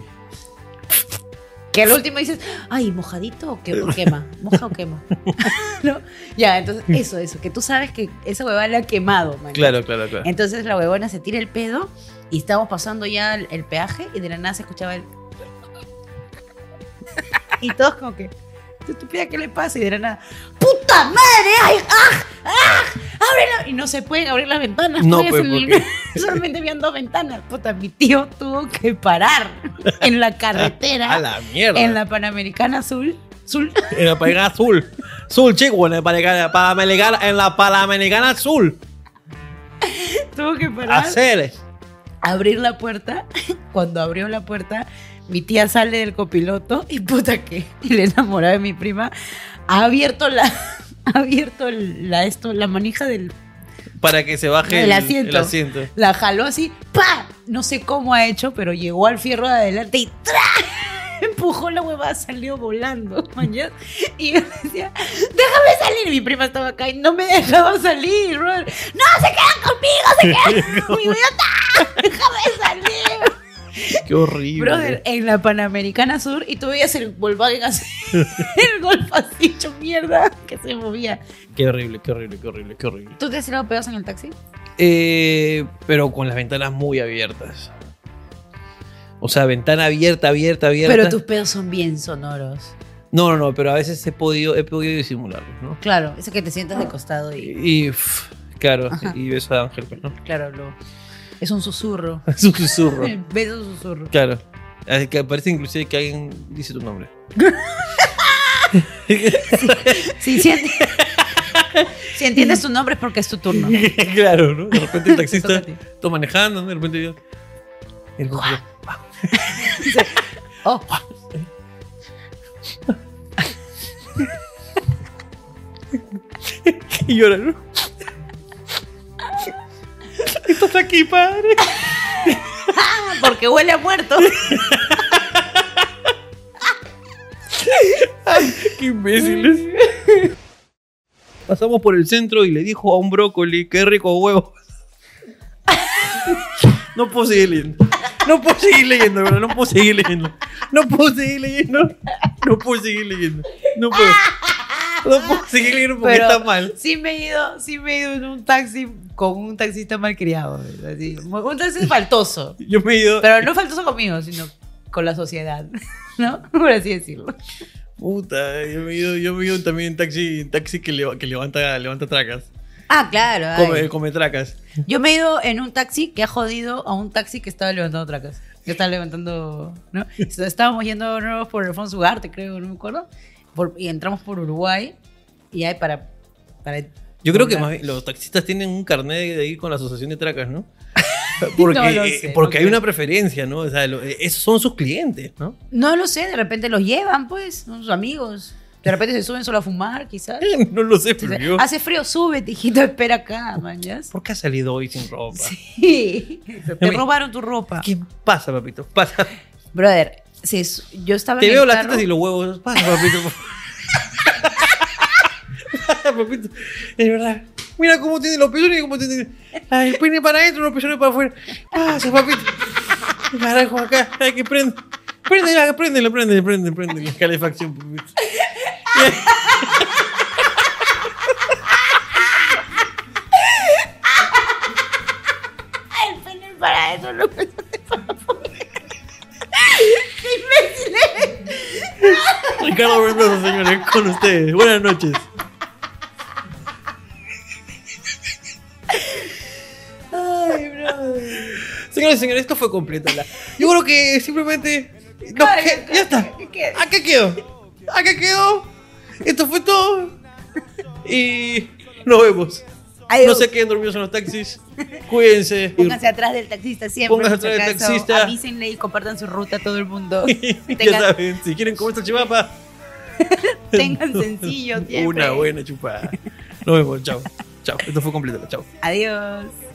Speaker 2: Que al último dices, ay, mojadito o que- o quema, moja o quema. ¿No? Ya, entonces, eso, eso, que tú sabes que esa huevada le ha quemado, man.
Speaker 3: Claro, claro, claro.
Speaker 2: Entonces la huevona se tira el pedo y estamos pasando ya el, el peaje y de la nada se escuchaba el. Y todos como que. "Esta Estúpida, ¿qué le pasa? Y de la nada. ¡Puta madre! ¡Ay! ¡Ah! ¡Ah! ¡Ábrelo! Y no se pueden abrir las ventanas.
Speaker 3: No,
Speaker 2: pues,
Speaker 3: pues,
Speaker 2: el- Solamente habían dos ventanas. Puta, mi tío tuvo que parar en la carretera.
Speaker 3: A la mierda.
Speaker 2: en la Panamericana Azul. Azul.
Speaker 3: En la Panamericana azul. Azul, chico. En la Panamericana, Panamericana- en la Panamericana azul.
Speaker 2: tuvo que parar.
Speaker 3: Hacer.
Speaker 2: abrir la puerta. Cuando abrió la puerta, mi tía sale del copiloto y puta que la enamorada de mi prima ha abierto la ha abierto la esto la manija del
Speaker 3: Para que se baje
Speaker 2: El
Speaker 3: el,
Speaker 2: asiento.
Speaker 3: el asiento.
Speaker 2: la jaló así, pa, no sé cómo ha hecho, pero llegó al fierro de adelante y ¡tra! empujó la huevada, salió volando, mañana. Y yo decía, déjame salir. Y mi prima estaba acá y no me dejaba salir, brother. No, se quedan conmigo, se quedan conmigo. Y yo, "No, déjame salir.
Speaker 3: Qué horrible.
Speaker 2: Brother, en la Panamericana Sur y tú veías el Volkswagen así, el Golf así hecho mierda que se movía.
Speaker 3: Qué horrible, qué horrible, qué horrible, qué horrible.
Speaker 2: ¿Tú te has tirado pedos en el taxi?
Speaker 3: Eh, pero con las ventanas muy abiertas. O sea, ventana abierta, abierta, abierta.
Speaker 2: Pero tus pedos son bien sonoros.
Speaker 3: No, no, no, pero a veces he podido, he podido disimularlos, ¿no?
Speaker 2: Claro, eso que te sientas de costado y
Speaker 3: Y, pff, claro, y beso a Ángel, pues, ¿no?
Speaker 2: claro, lo- es un susurro.
Speaker 3: Es un susurro.
Speaker 2: Ves un susurro.
Speaker 3: Claro. Así que parece inclusive que alguien dice tu nombre.
Speaker 2: Si, si ent- si entiendes tu nombre es porque es tu turno.
Speaker 3: claro, ¿no? De repente el taxista
Speaker 2: Te toca a
Speaker 3: está manejando, ¿no? de repente yo. y el conductor,
Speaker 2: Oh.
Speaker 3: Y llora, ¿no? Estás aquí, padre.
Speaker 2: Porque huele a muerto.
Speaker 3: Qué imbéciles. Pasamos por el centro y le dijo a un brócoli, qué rico huevo. No puedo seguir leyendo. No puedo seguir leyendo, bro. No puedo seguir leyendo. No puedo seguir leyendo. No puedo seguir leyendo. No puedo. No puedo seguir leyendo porque
Speaker 2: Pero
Speaker 3: está mal.
Speaker 2: Sí me he ido, sí me he ido en un taxi con un taxista malcriado. así, un taxi faltoso.
Speaker 3: Yo me he ido.
Speaker 2: Pero no faltoso conmigo, sino con la sociedad, ¿no? Por así decirlo.
Speaker 3: Puta, yo me he ido, yo me he ido también en taxi, en taxi que, leva- que levanta, levanta tracas.
Speaker 2: Ah, claro. ay.
Speaker 3: Come, come tracas.
Speaker 2: Yo me he ido en un taxi que ha jodido a un taxi que estaba levantando tracas. Que estaba levantando, ¿no? Estábamos yendo ¿no? por Alfonso Ugarte, creo, no me acuerdo. por- y entramos por Uruguay. Y ahí para... para
Speaker 3: Yo creo que
Speaker 2: para-
Speaker 3: más bien los taxistas tienen un carnet de ir con la asociación de tracas, ¿no? Porque,
Speaker 2: No lo
Speaker 3: eh,
Speaker 2: sé,
Speaker 3: porque
Speaker 2: no
Speaker 3: hay
Speaker 2: creo.
Speaker 3: una preferencia, ¿no? O sea, lo- eh, esos son sus clientes, ¿no?
Speaker 2: No lo sé, de repente los llevan, pues, son sus amigos. De repente se suben solo a fumar, quizás.
Speaker 3: No lo sé, pero yo-
Speaker 2: Hace frío, súbete, hijito, espera acá, man, ¿ya?
Speaker 3: ¿Por qué ha salido hoy sin ropa?
Speaker 2: Sí. Te
Speaker 3: Mira.
Speaker 2: robaron tu ropa.
Speaker 3: ¿Qué pasa, papito? Pasa.
Speaker 2: Brother, se su- yo estaba
Speaker 3: Te
Speaker 2: en
Speaker 3: veo
Speaker 2: el
Speaker 3: las
Speaker 2: carro.
Speaker 3: tetas y los huevos. Pasa, papito. Pasa, papito. Es verdad. Mira cómo tiene los pezones y cómo tiene ah, el pene para adentro y los pezones para afuera. Pasa, papito. Carajo, acá. Hay que prende. Prende, prende, prende, prende, prende. La calefacción, papito.
Speaker 2: El pene para eso, no me ¡Qué imbéciles!
Speaker 3: Ricardo Mendoza, señores, con ustedes. Buenas noches.
Speaker 2: Ay, brother.
Speaker 3: Señores y señores, esto fue completo. la- Yo creo que simplemente. no,
Speaker 2: Claro,
Speaker 3: que-
Speaker 2: claro,
Speaker 3: ya está.
Speaker 2: ¿qué quieres?
Speaker 3: Acá quedó. Acá quedó. Esto fue todo. Y nos vemos.
Speaker 2: Adiós.
Speaker 3: No se queden dormidos en los taxis. Cuídense.
Speaker 2: uh, Pónganse atrás del taxista siempre.
Speaker 3: Pónganse
Speaker 2: por si
Speaker 3: atrás del
Speaker 2: acaso.
Speaker 3: taxista.
Speaker 2: Avísenle y compartan su ruta a todo el mundo.
Speaker 3: ya
Speaker 2: tengan,
Speaker 3: saben, si quieren comer chivapa,
Speaker 2: tengan sencillo siempre.
Speaker 3: una buena chupada. Nos vemos. Chao. Chao. Esto fue completo. Chao.
Speaker 2: Adiós.